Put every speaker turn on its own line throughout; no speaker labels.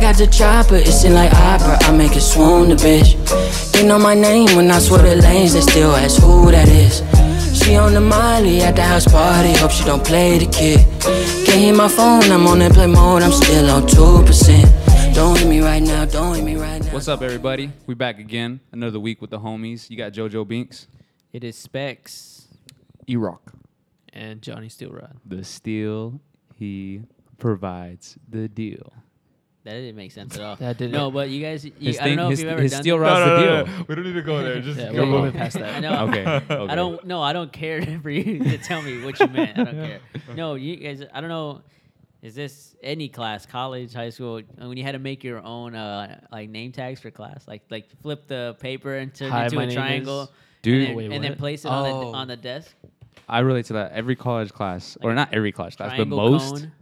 ride's a chopper, it seem like opera. I make it swoon the bitch. They know my name when I swear the lanes, they still ask who that is. She on the Molly at the house party, hope she don't play the kid. Can't hit my phone, I'm on that play mode, I'm still on 2%. Don't hit me right now, don't hit me right now.
What's up, everybody? We back again, another week with the homies. You got JoJo Binks,
It is Specs
E Rock,
and Johnny Steelrod.
the steel he provides the deal.
That didn't make sense at all.
That didn't.
No, but you guys, you,
His
I don't
thing-
know
his-
if you've ever
his
done.
steel
that.
rod- That's the deal.
We don't need to go there. Just
Yeah,
Yeah,
we're
well,
moving past that.
I know.
Okay, okay.
I don't. No, I don't care for you to tell me what you meant. I don't care. No, you guys. I don't know. Is this any class, college, high school? When you had to make your own uh, like name tags for class, like like flip the paper and turn
Hi,
it into
my
a
name
triangle,
is-
Dude.
and, then,
Wait,
and then
what?
place it on the
Oh.
on the desk.
I relate to that. Every college class, or
Like
not every college class, but
Triangle
most,
cone.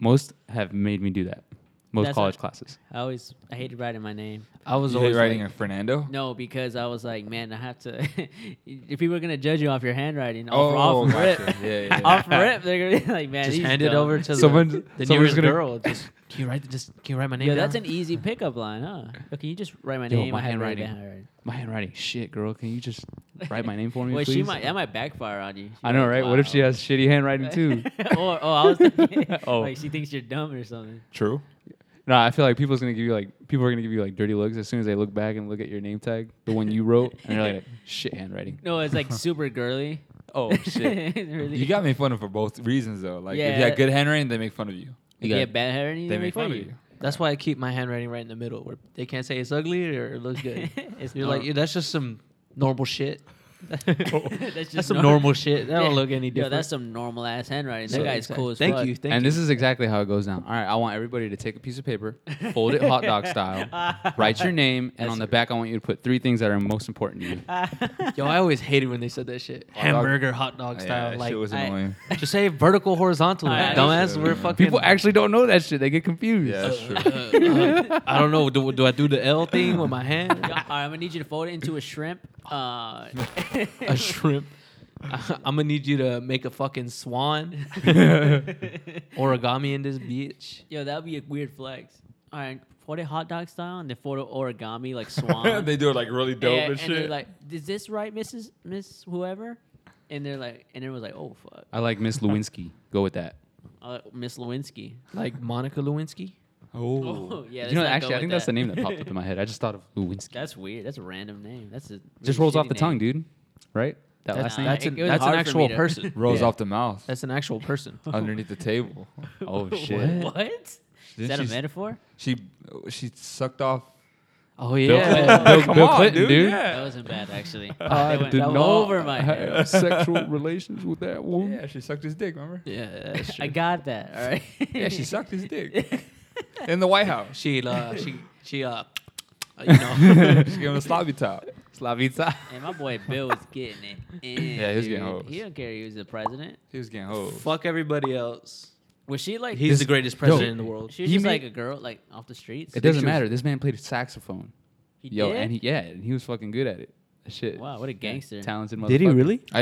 most have made me do that. Most
That's
college
what-
classes.
I always I hated writing my name.
I was
You
always
hate writing
like,
a Fernando?
No, because I was like, man, I have to. if people are gonna judge you off your handwriting, off,
Oh,
off rip,
gotcha. Yeah, yeah, yeah.
off rip, they're gonna be like, man,
just
he's
hand it
dumb.
over to
Someone-
the, the
someone's
nearest
gonna-
girl. Just, can you write? the- Just can you write my name?
Yo, that's an
down?
easy pickup line, huh? Yo, can you just write my
Yo,
name?
my
I have really
handwriting.
bad handwriting.
My handwriting, shit, girl. Can you just write my name for me,
Well,
please?
she might that might backfire on you. She
I know,
might-
right? What if she
wow.
has shitty handwriting too?
or oh, I was thinking,
Oh.
like she thinks you're dumb or something.
True.
No, I feel like people's gonna give you like people are gonna give you like dirty looks as soon as they look back and look at your name tag, the one you wrote, and they're like, shit handwriting.
No, it's like super girly.
Oh shit.
really.
You got me fun for both reasons though. Like if you
Yeah.
had good handwriting, they make fun of you.
If you
got-
have bad handwriting,
they make fun of you.
That's why I keep my handwriting right in the middle, where they can't say it's ugly or it looks good.
It's
You're
nor-
like, "Yeah, that's just some normal shit.
That's
Oh.
that's,
just
some
normal.
normal, shit. That don't look any
Yo,
different.
that's some normal ass handwriting. That
So-
guy's cool as
Thank
fuck.
you. Thank
and
you.
this is exactly how it goes down. All right, I want everybody to take a piece of paper, fold it hot dog style, write your name, and on the back, I want you to put three things that are most important to you.
Yo, I always hated when they said that shit. Hamburger, hot dog Oh, style.
that
like,
shit was
I-
annoying.
just say vertical, horizontal.
Alright.
dumbass,
Sure,
we're
yeah.
fucking.
People actually don't know that shit. They get confused.
Yeah, that's true.
I don't know. Do, do I do the L thing with my hand?
All right, I'm gonna need you to fold it into a shrimp. Uh,
a shrimp. I, am gonna need you to make a fucking swan origami in this bitch.
yo, that would be a weird flex. All right, fold it hot dog style and then fold it origami like swan.
they do it like really dope
and,
and,
and they're
shit.
like, is this right, Mrs. Miss whoever? And they're like, and it was like, oh fuck,
I like Miss Lewinsky. Go with that.
uh, Miss Lewinsky.
Like Monica Lewinsky.
oh.
Oh yeah, let's
you know,
not go
actually, I
with
think that's the
that.
name that popped up in my head. I just thought of Lewinsky.
That's weird. That's a random name. That's a
just
really
rolls off
shitty
the
name.
tongue, dude. Right? That last
That's,
name.
that's
It-
an,
it was
that's an
hard for me
actual
to-
person.
Rolls
Yeah.
off the mouth
That's an actual person.
underneath the table.
oh shit.
What? Is
Didn't
that a
she s-
metaphor?
She she sucked off.
Oh
Bill
yeah.
Clinton, Bill,
Come
Bill
on,
Clinton,
dude,
dude.
yeah.
That wasn't bad actually.
I
That went
did
all
not
over my head.
have sexual relations with that woman.
Yeah, she sucked his dick. Remember?
Yeah, that's true.
I got that. All right. Oh,
Yeah, she sucked his dick in the White House.
she uh, she she uh, you know.
She gave him a sloppy top.
Slavica.
And my boy Bill was getting it. in,
Yeah, he was getting
dude.
hoes.
He don't care. He was the president.
She was getting hoes.
Fuck everybody else.
Was she like?
He's
This-
the greatest
yo,
president in the world.
she was
he
just
made-
like a girl, like off the streets.
It doesn't
she was-
matter. This man played saxophone.
He
Yo,
did?
and he yeah, and he was fucking good at it. That Shit.
Wow, what a gangster.
Talented motherfucker.
I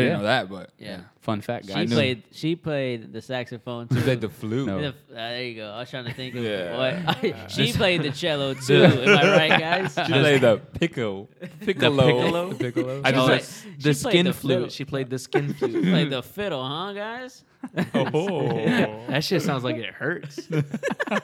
didn't
Yeah.
know that, but
Yeah.
Fun fact,
She
guys.
played. She played the saxophone.
she
too.
played the flute.
No.
The f- uh, there you go. I was trying to think of
Yeah.
what she played the cello too. am I right, guys?
She played the pickle. Piccolo.
piccolo?
The piccolo.
I
I
just-
just
Oh,
like-
wait,
The
she played
skin
fiddle.
flute. She played the skin
She
flute.
played
Mm-hmm.
the fiddle, huh, guys?
oh.
that shit sounds like it hurts.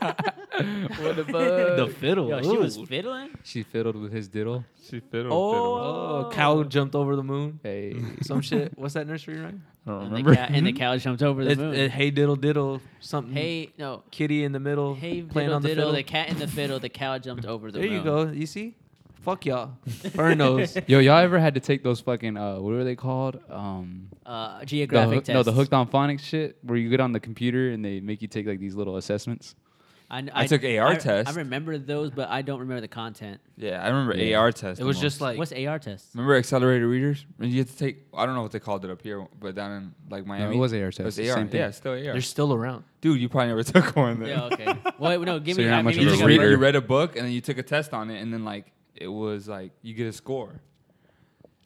what the
the fiddle.
Yo, she was
ooh.
fiddling.
She fiddled with his diddle.
She fiddled.
Oh.
Oh, cow jumped over the moon.
Hey,
Some shit. What's that nursery rhyme?
I don't
And the,
Oh, remember. Mm-hmm.
cow- and the cow jumps over the
It,
moon.
it- hey diddle diddle something.
hey, no.
kitty in the middle
Hey,
playing
diddle,
on the
diddle,
fiddle.
the cat in the fiddle, the cow jumped over the
there you
moon.
go. You see? Fuck y'all. Burn those.
Yo, y'all ever had to take those fucking uh, what were they called? Um,
Uh,
the
geographic
hook-
test.
no, the hooked on phonics shit, where you get on the computer and they make you take like these little assessments.
I, kn-
I took AR
I-
test.
I remember those, but I don't remember the content.
Yeah, I remember
Yeah.
AR test.
It
the
was
most.
just like
What's AR test?
Remember accelerated readers? And you had to take. I don't know what they called it up here, but down in like Miami,
was AR test,
It
it's
was
the
AR.
same thing.
Yeah, it's still AR.
they're still around.
Dude, you probably never took one. Then.
Yeah, okay. Well, no, give
So
me.
you're not
I
much
mean,
of
you
a
just
just
read,
reader.
you read a book and then you took a test on it, and then like it was like you get a score,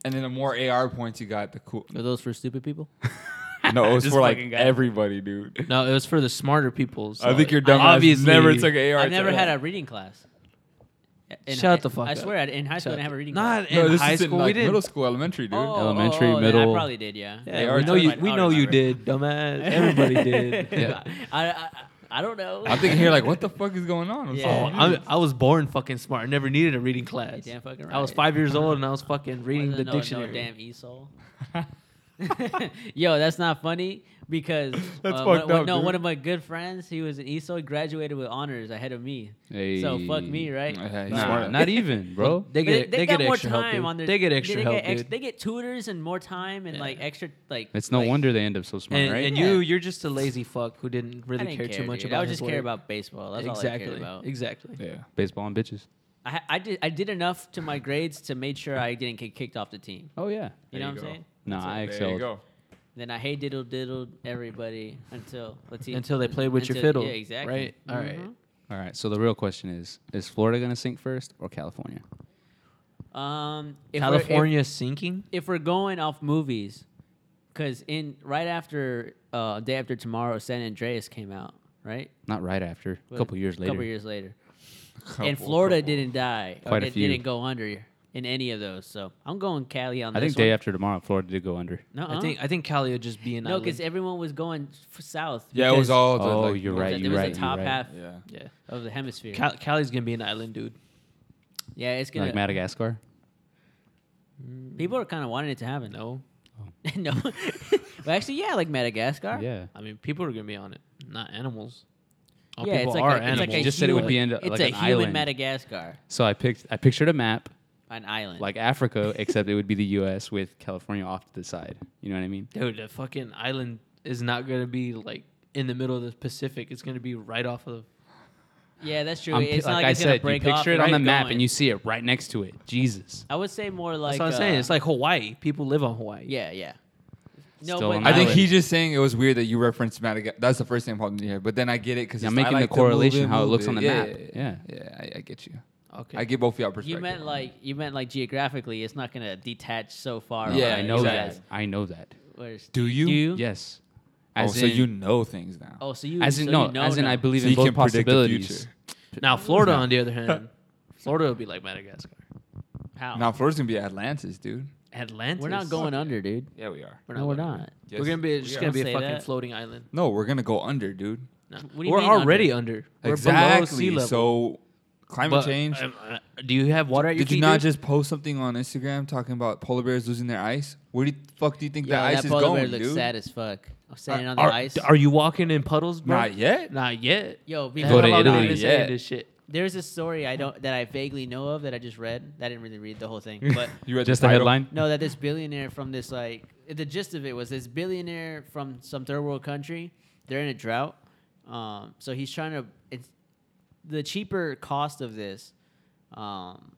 and then the more AR points you got, the cool.
Are those for stupid people?
No, it was
This
for like
fucking guy.
everybody, dude.
No, it was for the smarter people. so
I think your
I-
dumb
obviously
never took an AR.
I never had a reading class. In
Shut
hi-
the fuck
I
up.
swear, I- in high school, I didn't have a reading class.
Not
No,
in
this
high
is in
school. we
like
didn't.
middle school, elementary, dude.
Oh,
Elementary,
oh, oh, then
middle.
I probably did, yeah.
Yeah,
AR
we know you.
took-
We
I
know you
remember.
did, dumbass. Everybody did.
Yeah.
I, I, I don't know.
I'm thinking here like, what the fuck is going on? I'm
Yeah.
sorry.
Oh, I'm, I was born fucking smart. I never needed a reading class.
damn fucking
I was
right.
five years old and I was fucking reading
Wasn't
the
no-
dictionary.
No damn Esau. Yo, that's not funny because
That's
one-
fucked
one-
up,
No,
dude.
one of my good friends, he was an ESO, he graduated with honors ahead of me. So fuck me, right?
Hey,
Nah.
smart.
not even, bro.
They
But
get e-,
they,
they,
got
get
more
extra help.
time
dude.
on their.
they get extra
they
help,
Get ex-
dude.
they get tutors and more time and like extra like.
It's no
like,
wonder they end up so smart,
and
right?
and
Yeah.
you you're just a lazy fuck who didn't
I
really
didn't
care, too much
dude.
about.
I would
his
just care
work.
about baseball. That's
exactly
all I cared about.
exactly.
Yeah.
Baseball and bitches.
I, I did I did enough to my grades to make sure I didn't get kicked off the team.
Oh yeah.
You know
There you
what I'm
go.
saying?
No, I
There you
excelled.
go.
Then I hey diddle diddled everybody until let's see
Until they played with your
Until-
fiddle. Mm-hmm.
Yeah, exactly.
Right. All right.
All right. So the real question is: Is Florida gonna sink first or California?
Um, if we're- if-
California sinking.
if we're going off movies, because in right after uh, day after tomorrow, San Andreas came out, right?
Not right after. A
But-
couple years later.
Couple years later, and
Couple,
Florida
couple.
didn't die. or
Quite a
it
few.
didn't go under in any of those. So I'm going Cali on
I
this
think day
one.
after tomorrow, Florida did go under.
No,
I think I think Cali would just be an
Uh-huh. no, because
island.
everyone was going f- south.
Yeah, it was
because
all. The,
Oh,
like,
you're
it was
right,
It
you're
was
right,
the
you're
top
right.
half
like- Yeah.
yeah.
of the hemisphere.
Cal- Cali's gonna be an island, dude.
yeah, it's gonna.
Like Madagascar.
people are kind of wanting it to happen. No,
No,
no. well, actually, yeah, like Madagascar.
Oh. Yeah.
I mean people are gonna be on it, not animals. Oh,
Yeah,
people
it's like,
are
a, it's
animals.
like a
You just said it would be
human-
in a- like
it's a
an
human
island.
Madagascar,
So I picked. I pictured a map
an island.
like Africa, except it would be the U.S. with California off to the side. You know what I mean?
Dude, the fucking island is not gonna be like in the middle of the Pacific. It's gonna be right off of.
yeah, that's true.
I'm pi-
it's not
like
like,
I
it's gonna
said, you
break off
picture it on
and
the
keep
map
going.
and you see it right next to it. Jesus.
I would say more like.
That's what I'm saying.
uh,
It's like Hawaii. People live on Hawaii.
Yeah, yeah. No,
Still
but
an
I think
Island.
he's just saying it was weird that you referenced Madagascar. That's the first thing popped in here. But then I get it because
Yeah, I'm making the correlation how it looks on the
yeah,
map.
Yeah,
Yeah.
yeah, I, I get you.
Okay.
I get both of y'all perspective.
you meant like you meant like geographically, it's not gonna detach so far.
Yeah,
like
I know
exactly.
that. I know that.
you guys. Whereas-
Do you?
Do you?
Yes.
Oh,
As
so
in-
you know things now.
Oh, so you.
As in
so
no.
you know
as in I
now.
believe
So
in
you
both
can predict the
possibilities.
future.
Now Florida, on the other hand, Florida would be like Madagascar.
how
Now Florida's gonna be Atlantis, dude.
Atlantis.
we're not going under, dude.
Yeah, we are.
No, we're
going under.
not.
Yes,
we're gonna be
we
just
are.
gonna be a
Don't say
fucking
that.
floating island.
No, we're gonna go under, dude.
No.
do you
we're
mean
already under. We're below sea
exactly.
level.
So climate
But,
change.
um, uh, do you have water at your
Did you
feet,
not
dude?
just post something on Instagram talking about polar bears losing their ice? Where the fuck do you think
Yo,
that ice
that
is
polar bear
going,
looks
dude?
sad as fuck. I'm standing on the
are,
ice.
Are you walking in puddles, bro?
Not yet.
Not yet.
Yo,
How
Go to
long have you
Italy
been saying
yet.
This shit.
There's a story I don't that I vaguely know of that I just read. I didn't really read the whole thing, but
You read
Just the
title?
headline.
no, that this billionaire from this like the gist of it was this billionaire from some third world country. They're in a drought, um, so he's trying to. It's the cheaper cost of this um,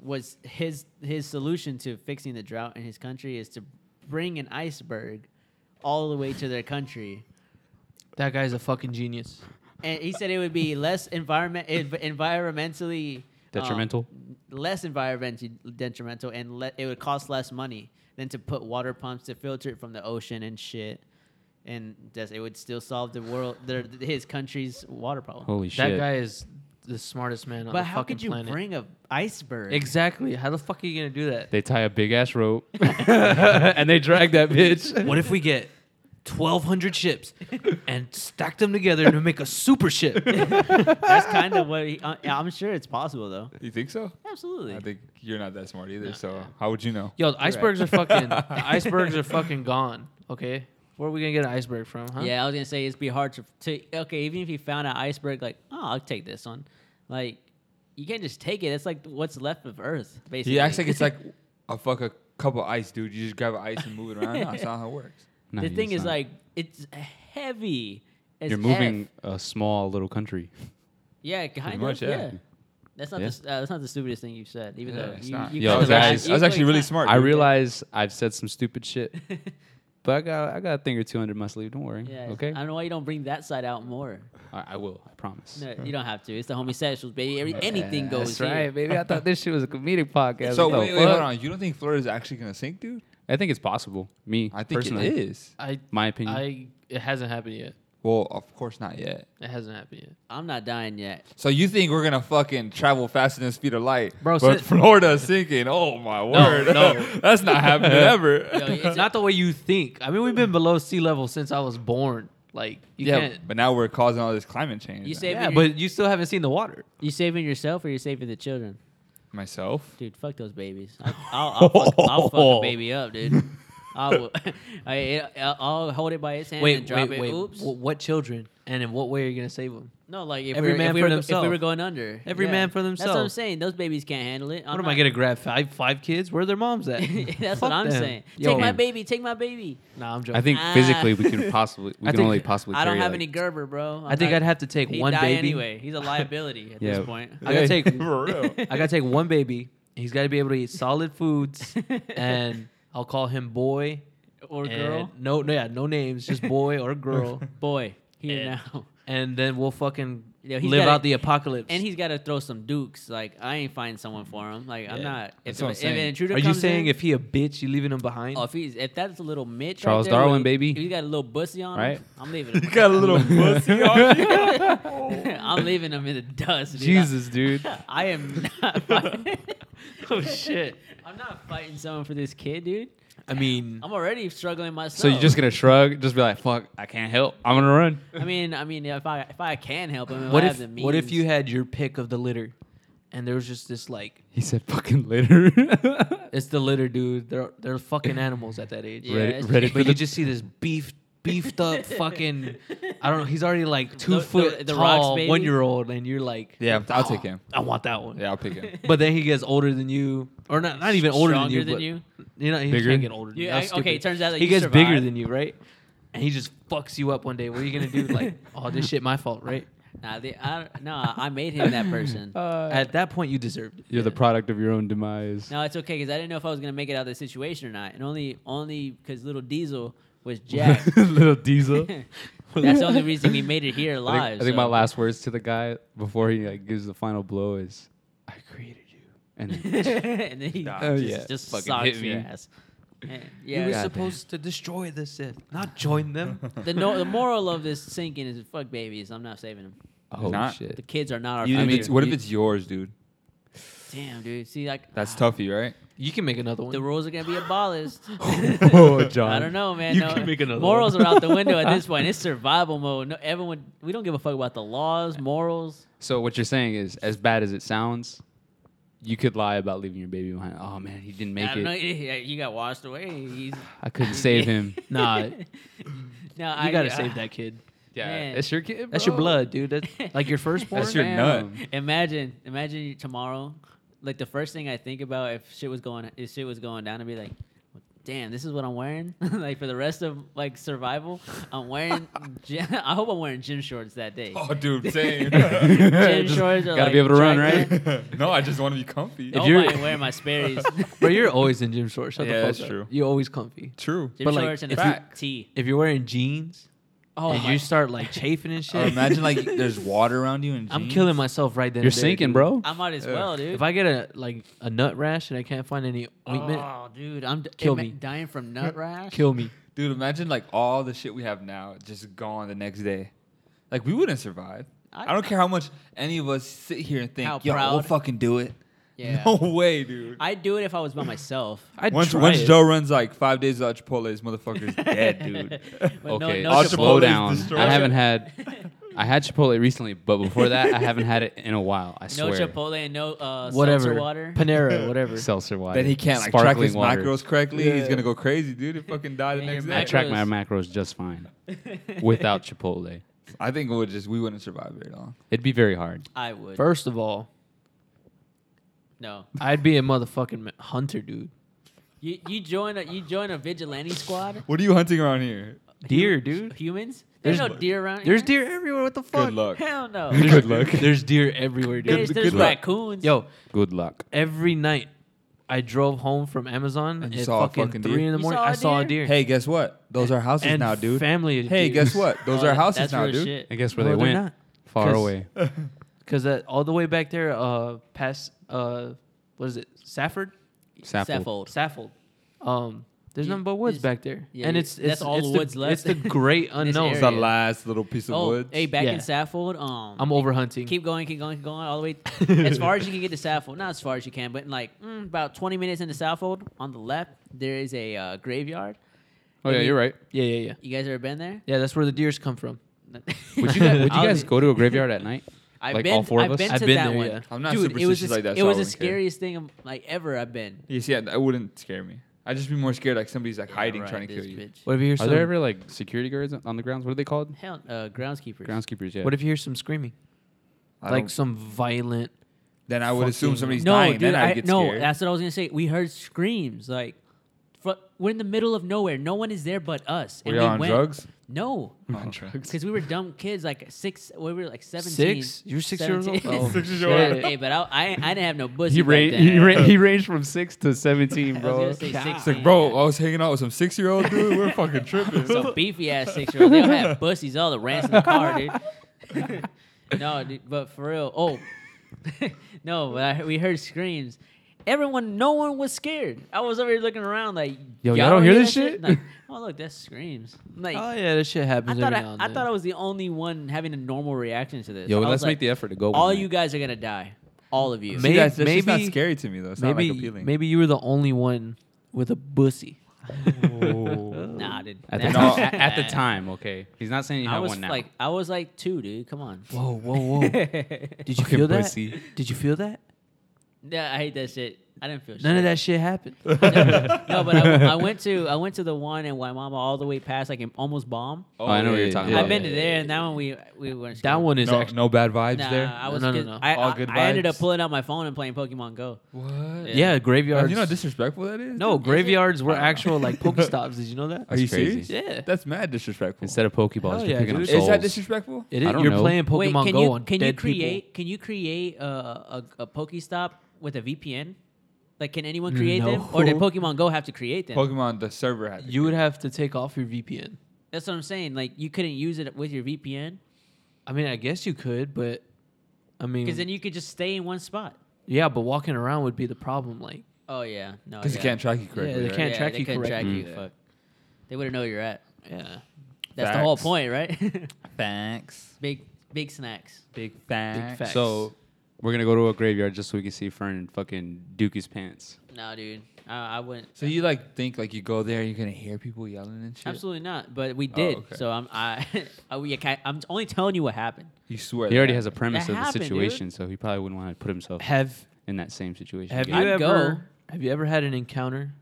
was his his solution to fixing the drought in his country is to bring an iceberg all the way to their country
That guy's a fucking genius.
and he said it would be less environment env- environmentally um,
Detrimental?
less environmentally detrimental, and le- it would cost less money than to put water pumps to filter it from the ocean and shit. And just, it would still solve the world, their, his country's water problem.
Holy
That
shit.
guy is the smartest man on
but
the
how
fucking
could you
planet.
bring a iceberg?
exactly. How the fuck are you gonna do that?
They tie a big ass rope and they drag that bitch.
What if we get 1,200 ships and stack them together to make a super ship?
That's kind of what he, uh, yeah, I'm sure it's possible though.
You think so?
Absolutely.
I think you're not that smart either. So how would you know?
Yo, the icebergs are fucking. the icebergs are fucking gone. Okay, where are we gonna get an iceberg from? Huh?
Yeah, I was gonna say it'd be hard to, to okay, even if you found an iceberg, like, oh, I'll take this one. Like, you can't just take it. It's like what's left of Earth, basically.
He acts like it's like a fuck a cup of ice, dude. You just grab an ice and move it around. No, that's not how it works.
No,
the
it's
thing is
not.
like it's heavy. As
you're moving a small little country.
F. Yeah, kind of.
much,
yeah.
yeah.
That's not
Yeah.
the, uh, that's not the stupidest thing you've said, even
Yeah,
though
it's
you,
not.
you
Yo,
I
kinda
was
that
lied.
is-
actually,
You
I was actually
kinda-
really smart.
I
dude.
realize I've said some stupid shit, but I got I got a thing or two under my sleeve. Don't worry.
Yeah,
okay.
I don't know why you don't bring that side out more.
I, I will. I promise.
No, you don't have to. It's the homosexuals, baby. Every, anything goes.
That's right, baby. I thought this shit was a comedic podcast.
So
What the
wait, wait, hold
fuck?
on. You don't think Florida's actually gonna sink, dude?
I think it's possible. Me,
I think
personally.
it is.
I,
My opinion.
I, it hasn't happened yet.
Well, of course not yet.
It hasn't happened yet.
I'm not dying yet.
So you think we're gonna fucking travel faster than the speed of light?
Bro,
but
sit-
Florida is sinking. Oh my word!
no.
that's not happening ever.
It's not the way you think. I mean, we've been below sea level since I was born. Like, you
yeah,
can't.
but now we're causing all this climate change.
You saving
Yeah,
your-
but you still haven't seen the water.
you saving yourself or you saving the children,
myself?
dude? Fuck those babies. I'll, I'll, I'll, fuck, I'll fuck a baby up, dude. I will. I, it- I'll hold it by its hand and drop it. Oops.
Wh- what children? And in what way are you gonna save them?
No, like if
Every
we were,
man
if we
for
were, go- If
themself.
we were going under,
Every man for
That's what I'm
themself.
saying. Those babies can't handle it. I'm
what am I
not-
gonna grab? Five five kids? Where are their moms at?
That's
Fuck
what I'm
them.
saying.
Yo,
Take my baby. Take my baby.
Nah, I'm joking.
I think
Ah.
physically we can possibly we
I
can
think-
only possibly.
I don't
carry,
have
like-
any Gerber, bro.
I think I'd have to take
He'd
one
die
baby.
anyway. He's a liability at
Yeah.
this point.
I gotta take.
For real.
I gotta take one baby. He's gotta be able to eat solid foods, and I'll call him boy
or
and-
girl,
No, no, yeah, no names, just boy or girl.
boy, here
And-
now.
and then we'll fucking
Yeah, he's
live
gotta-
out the apocalypse.
And he's got to throw some dukes. Like I ain't find someone for him. Like I'm
Yeah.
not. If,
That's what I'm
if an
saying.
intruder
are you
comes
saying
in-
if he a bitch, you leaving him behind?
Oh, if he's if that's a little Mitch, right
Charles
there,
Darwin,
with-
baby.
if he's got a little bussy on
Right?
him. I'm leaving him.
You got a little pussy on you.
I'm leaving him in the dust. dude.
Jesus, dude.
I am not. Fighting. oh shit! I'm not fighting someone for this kid, dude.
I mean,
I'm already struggling myself.
So you're just gonna shrug, just be like, "Fuck, I can't help. I'm gonna run."
I mean, I mean, if I if I can help him, if
what
I
if
have the
what if you
means-
had your pick of the litter, and there was just this like
He said, "Fucking later."
it's the litter, dude. They're they're fucking animals at that age.
Yeah,
Ready-
it's-
ready for
But you
the-
just see this beef beefed up fucking. I don't know. He's already like two
The- the-
foot
the Rocks
tall,
baby?
one year old, and you're like,
Yeah, I'll take him.
I want that one.
Yeah, I'll pick him.
But then he gets older than you, or not not even older than you,
Stronger than
but
you?
you know he
Bigger?
can't get older. Than
You-
you.
I-
That's
okay,
stupid.
it turns out that
he
you
gets bigger
survived.
than you, right? And he just fucks you up one day. What are you gonna do? Like, oh, this shit my fault, right?
Nah, they, I, don't- no, I made him that person.
Uh,
At that point, you deserved it.
You're the product of your own demise.
no, it's okay because I didn't know if I was gonna make it out of the situation or not, and only only because little Diesel was Jack.
Little Diesel.
That's the only reason we made it here
I think,
alive.
I think my
so.
last words to the guy before he like, gives the final blow is, "I created you." And then,
and then he
Oh,
just,
yeah.
just
Fucking
socks
hit me.
your ass. And-
You
yeah,
were
God
supposed to destroy the Sith, not join them.
the, no, the moral of this sinking is fuck babies. I'm not saving them.
oh
Not-
shit!
The kids are not our
I
future.
mean, what if it's yours, dude?
Damn, dude. See, like ah,
That's toughy, right?
you can make another one.
the rules are gonna be abolished.
oh, John.
I don't know, man.
You
no,
can make another
morals
one.
are out the window at this point. It's survival mode. No, everyone, we don't give a fuck about the laws, morals.
So what you're saying is, as bad as it sounds, you could lie about leaving your baby behind. Oh man, he didn't make
I
it.
don't know. yeah, You got washed away. He's,
I couldn't save him.
nah, you
no, I
gotta
I-
save that kid.
Yeah,
Man.
that's your kid.
That's your
bro.
blood, dude. That's like your firstborn.
That's your nut.
Damn.
Imagine, imagine you- tomorrow. Like the first thing I think about if shit was going, if shit was going down, I'd be like, "Damn, this is what I'm wearing." like for the rest of like survival, I'm wearing. gym, I hope I'm wearing gym shorts that day.
Oh, dude, same.
Gym
Just
shorts. Are
gotta
like,
be able to run,
tracksuit.
right?
no, I just want to be comfy. Oh,
If
Don't
you're-
mind wearing my Sperry's. gym
Bro, you're always in gym shorts. Shut
Yeah,
the fuck
that's
up.
true.
You're always comfy.
True.
But, like,
shorts and a
if
t-
you-
tee.
If you're wearing jeans
Oh,
and
my-
you start like chafing and shit,
Oh, imagine like there's water around you and
I'm killing myself right then.
You're
and there,
sinking,
dude.
bro.
I might as well, dude.
If I get a like a nut rash and I can't find any ointment,
oh, dude, I'm d-
Kill
am-
me.
dying from nut rash.
kill me.
Dude, imagine like all the shit we have now just gone the next day. Like we wouldn't survive.
I-
I, don't care how much any of us sit here and think,
How
yo, we'll
proud."
fucking do it.
Yeah.
No way, dude.
I'd do it if I was by myself.
I'd
once
try
once
it.
Joe runs like five days without Chipotle, this motherfucker's dead, dude.
But no-
Okay,
no
I'll
Chipotle.
slow
Chipotle's
down.
destroyed.
I haven't had, I had Chipotle recently, but before that, I haven't had it in a while. I
No
swear.
Chipotle and no uh,
whatever
seltzer water.
Panera, whatever.
Seltzer water.
Then he can't like track
Sparkling
his macros correctly. He's gonna go crazy, dude. He fucking die the
Yeah,
next
your
I
day.
macro-
track my macros just fine without Chipotle.
I think it would just we wouldn't survive very long.
It'd be very hard.
I would.
First of all,
No,
I'd be a motherfucking ma- hunter, dude.
you you join a you join a vigilante squad.
What are you hunting around here?
Deer, dude.
Humans? There's,
There's-
no deer around.
There's
here.
deer everywhere. What the fuck?
Good luck.
Hell no.
Good luck.
There's deer everywhere,
There's,
dude.
good
there's
luck.
raccoons.
Yo,
Good luck.
every night I drove home from Amazon
And
and
you
at
saw a
fucking,
fucking
three
deer?
in the
You
morning.
saw
I
a
saw a
deer?
deer.
Hey, guess what? Those are houses
and
now, dude.
Family. of
Hey,
deers.
guess what? Those
Oh,
are
that-
houses
that's
now,
real
dude.
shit.
I guess
where
where
No, they
they
they're went.
went.
not.
Far
'Cause-
away.
Cause that all the way back there, uh, past uh, what is it? Safford,
Sapple.
Saffold.
Saffold. Um, There's
You-
nothing but woods
you-
back there,
yeah,
and
you-
it's, it's
that's all
it's
the woods left
It's the great
in this
unknown.
area.
It's the
yeah.
last little piece of
Oh,
woods.
hey, back
Yeah.
in Saffold. Um,
I'm over hunting.
Keep going, keep going, keep going, all the way as far as you can get to Southfold. Not as far as you can, but in like mm, about 20 minutes into Southfold, on the left there is a uh, graveyard.
Oh yeah, you're right.
yeah, yeah, yeah,
You guys ever been there?
yeah. That's where the deers come from.
Would you guys, would you
I was-
guys go to a graveyard at night?
I've
like
been,
all four
I've
of us?
Been to
I've been
that
there,
one.
yeah.
I'm not
Dude, it was
superstitious
the-
like that,
It
so I
was the
wouldn't care.
scariest thing of, like ever I've been.
You see, that wouldn't scare me. I'd just be more scared like somebody's like hiding
Yeah,
trying to
right,
kill
this
you.
bitch.
What if you hear
Are
some?
there ever like security guards on the grounds? What are they called?
Hell, uh, groundskeepers.
Groundskeepers. Yeah.
what if you hear some screaming,
I
like
don't-
some violent?
then I would assume
fucking-
somebody's
no,
dying.
dude,
then I'd
I-
get
no,
scared.
that's what I was gonna say. We heard screams. Like, fr- we're in the middle of nowhere. No one is there but us.
Were
and
y'all
we
on
went-
drugs?
No,
on drugs.
because we were dumb kids. Like six, we were like seventeen.
Six? You were six years old?
17.
Oh, Six
years old.
Hey, but I, I, I didn't have no pussy.
He,
back
ra-
then.
he, ra- he ranged from six to seventeen,
I was
bro.
gonna say
It's
16.
like, bro, I was hanging out with some six-year-old dude. We're fucking tripping.
Some beefy ass six year old. They'll have pussies all the rants in the car, dude. no, dude, but for real. Oh, no, but I, we heard screams. Everyone, no one was scared. I was over here looking around like,
Yo, y'all don't hear this
that
shit?
Like, oh, look, that's screams. I'm Like,
Oh yeah, that shit
I
happens.
thought
every
I,
now and
I
then.
thought I was the only one having a normal reaction to this.
Yo,
I was
let's
like,
make the effort to go. one
All
night.
you guys are gonna die. All of you.
May-
See, that's, that's just
maybe-
not scary to me though. It's
maybe
not like appealing.
maybe you were the only one with a bussy.
nah, dude.
at the,
Nah.
No.
at, at the time, okay. He's not saying you
I
have
was
one now.
like, I was like two, dude. Come on.
Whoa, whoa, whoa! Did you
Fucking
feel that?
pussy.
Did you feel that?
Yeah, I hate that shit. I didn't feel shit.
None of that shit happened.
no, but I, I went to I went to the one in Waimama all the way past like in almost bomb.
oh, I know what
yeah,
you're
yeah,
talking
yeah.
I've
about.
been to there, and that one we we weren't.
that
scared.
one is
no,
actually.
no bad vibes
nah,
there.
I was
No, no,
good.
no.
I,
All
I-
good
I ended up
vibes?
pulling out my phone and playing Pokemon Go.
what?
Yeah,
You
graveyards.
know how disrespectful that is.
no,
Are
graveyards were actual like Pokestops. Did you know that?
That's
you
crazy.
serious?
Yeah.
That's mad disrespectful.
Instead of Pokeballs,
Hell
you're
yeah,
picking up
dude. Is that
souls.
is that disrespectful?
It is.
I don't
You're
know.
playing Pokemon
Wait, can
Go
you
on
can you
dead
create can you create a a, a Pokestop with a VPN? Like, can anyone create them, or did
No.
Pokemon Go have to create them?
Pokemon, the server had.
people. You would have to take off your VPN.
That's what I'm saying. Like, you couldn't use it with your VPN
I mean, I guess you could, but I mean,
because then you could just stay in one spot.
yeah, but walking around would be the problem. Like,
Oh yeah, no,
because
yeah.
it can't track you correctly.
they
right?
can't track
they
you
couldn't track
correctly.
you. Fuck, they wouldn't know where you're at.
yeah,
That's the whole
Facts.
point, right?
Facts.
big big snacks.
Big facts.
facts.
So we're gonna go to a graveyard just so we can see Fern fucking duke his pants.
No, dude, I, I wouldn't.
So you like think like you go there, you're gonna hear people yelling and shit.
Absolutely not. But we did.
okay.
So I'm I, I we, ca- I'm only telling you what happened.
You swear.
He already
that.
has a premise
That
of the
happened, dude.
situation, so he probably wouldn't want to put himself
have
in that same situation.
have you
again.
I'd
ever
go.
have you ever had an encounter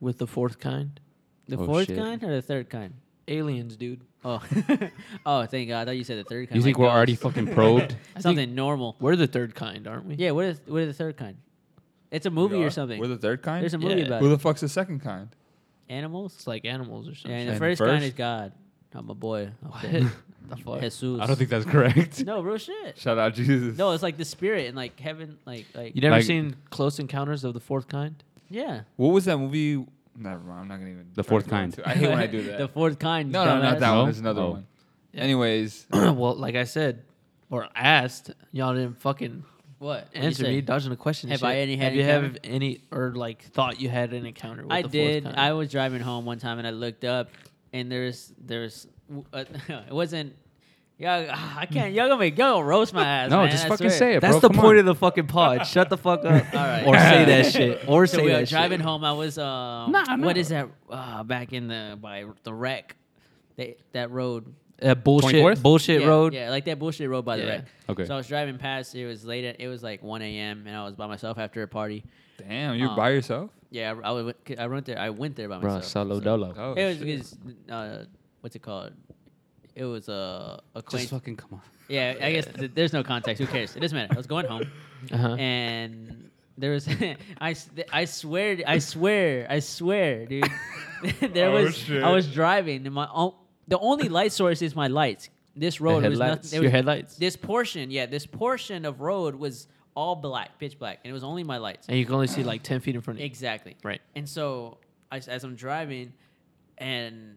with the fourth kind?
The
Oh,
fourth
shit.
kind or the third kind?
Aliens, dude.
Oh, oh, thank God! I thought you said the third kind.
You think
like
we're already
ghosts.
fucking probed?
something normal?
We're the third kind, aren't we?
Yeah, what is what is the third kind? It's a
We
movie
are?
or something.
We're the third kind.
There's a movie
Yeah.
about
Who
it.
the fuck's the second kind?
animals.
It's like animals or something.
And
shit.
the
And
first, kind
first-
is God. I'm a boy. up there.
the fuck?
Jesus.
I don't think that's correct.
No, real shit.
Shout out Jesus.
No, it's like the spirit and like heaven, like like
You never
Like-
seen Close Encounters of the Fourth Kind?
yeah.
What was that movie? Never mind. I'm not gonna even.
The
try
Fourth
to go
Kind.
into it. I hate when I do
the
that.
fourth kind.
No, no, not
dumbass.
that
No?
one. There's another
Oh.
one. Anyways,
well, like I said, or asked, y'all didn't fucking
What? What'd you
answer me,
say?
dodging the question. and
Have I
shit.
any had
Have you have
encounter?
any or like thought you had an encounter? With
I
the fourth
did.
kind?
I was driving home one time and I looked up, and there's there's w- uh, it wasn't. Y'all, ah, I can't. Y'all gonna make y'all gonna roast my ass.
No,
man,
just
I
fucking
swear.
say it.
That's
bro.
the
Come
point
on.
of the fucking pod. Shut the fuck up.
All right.
Or say that shit. Or
So
say
we
that
were driving
shit.
home. I was um, what is that? Uh, back in the by the wreck, they, that road.
That bullshit
24th?
bullshit
yeah,
road.
Yeah, like that bullshit road by the
Yeah.
wreck.
Okay.
So I was driving past. It was late. At, it was like 1 a.m. and I was by myself after a party.
damn, you're
Um,
by yourself.
Yeah, I, I went. I went there. I went there by
Bro,
myself.
solo
So-
dolo.
Oh,
it was
shit.
because uh, what's it called? It was uh,
Just
acquaintance.
fucking come on.
yeah, I guess th- there's no context. Who cares? It doesn't matter. I was going home,
Uh-huh.
and there was I, s- th- I swear I swear I swear, dude. there
Oh,
was
shit.
I was driving, and my o- the only light source is my lights. This road was
headlights.
nothing.
Your headlights.
This portion, yeah, this portion of road was all black, pitch black, and it was only my lights.
and you can only see like ten feet in front of you.
Exactly.
Right.
And so as, as I'm driving, and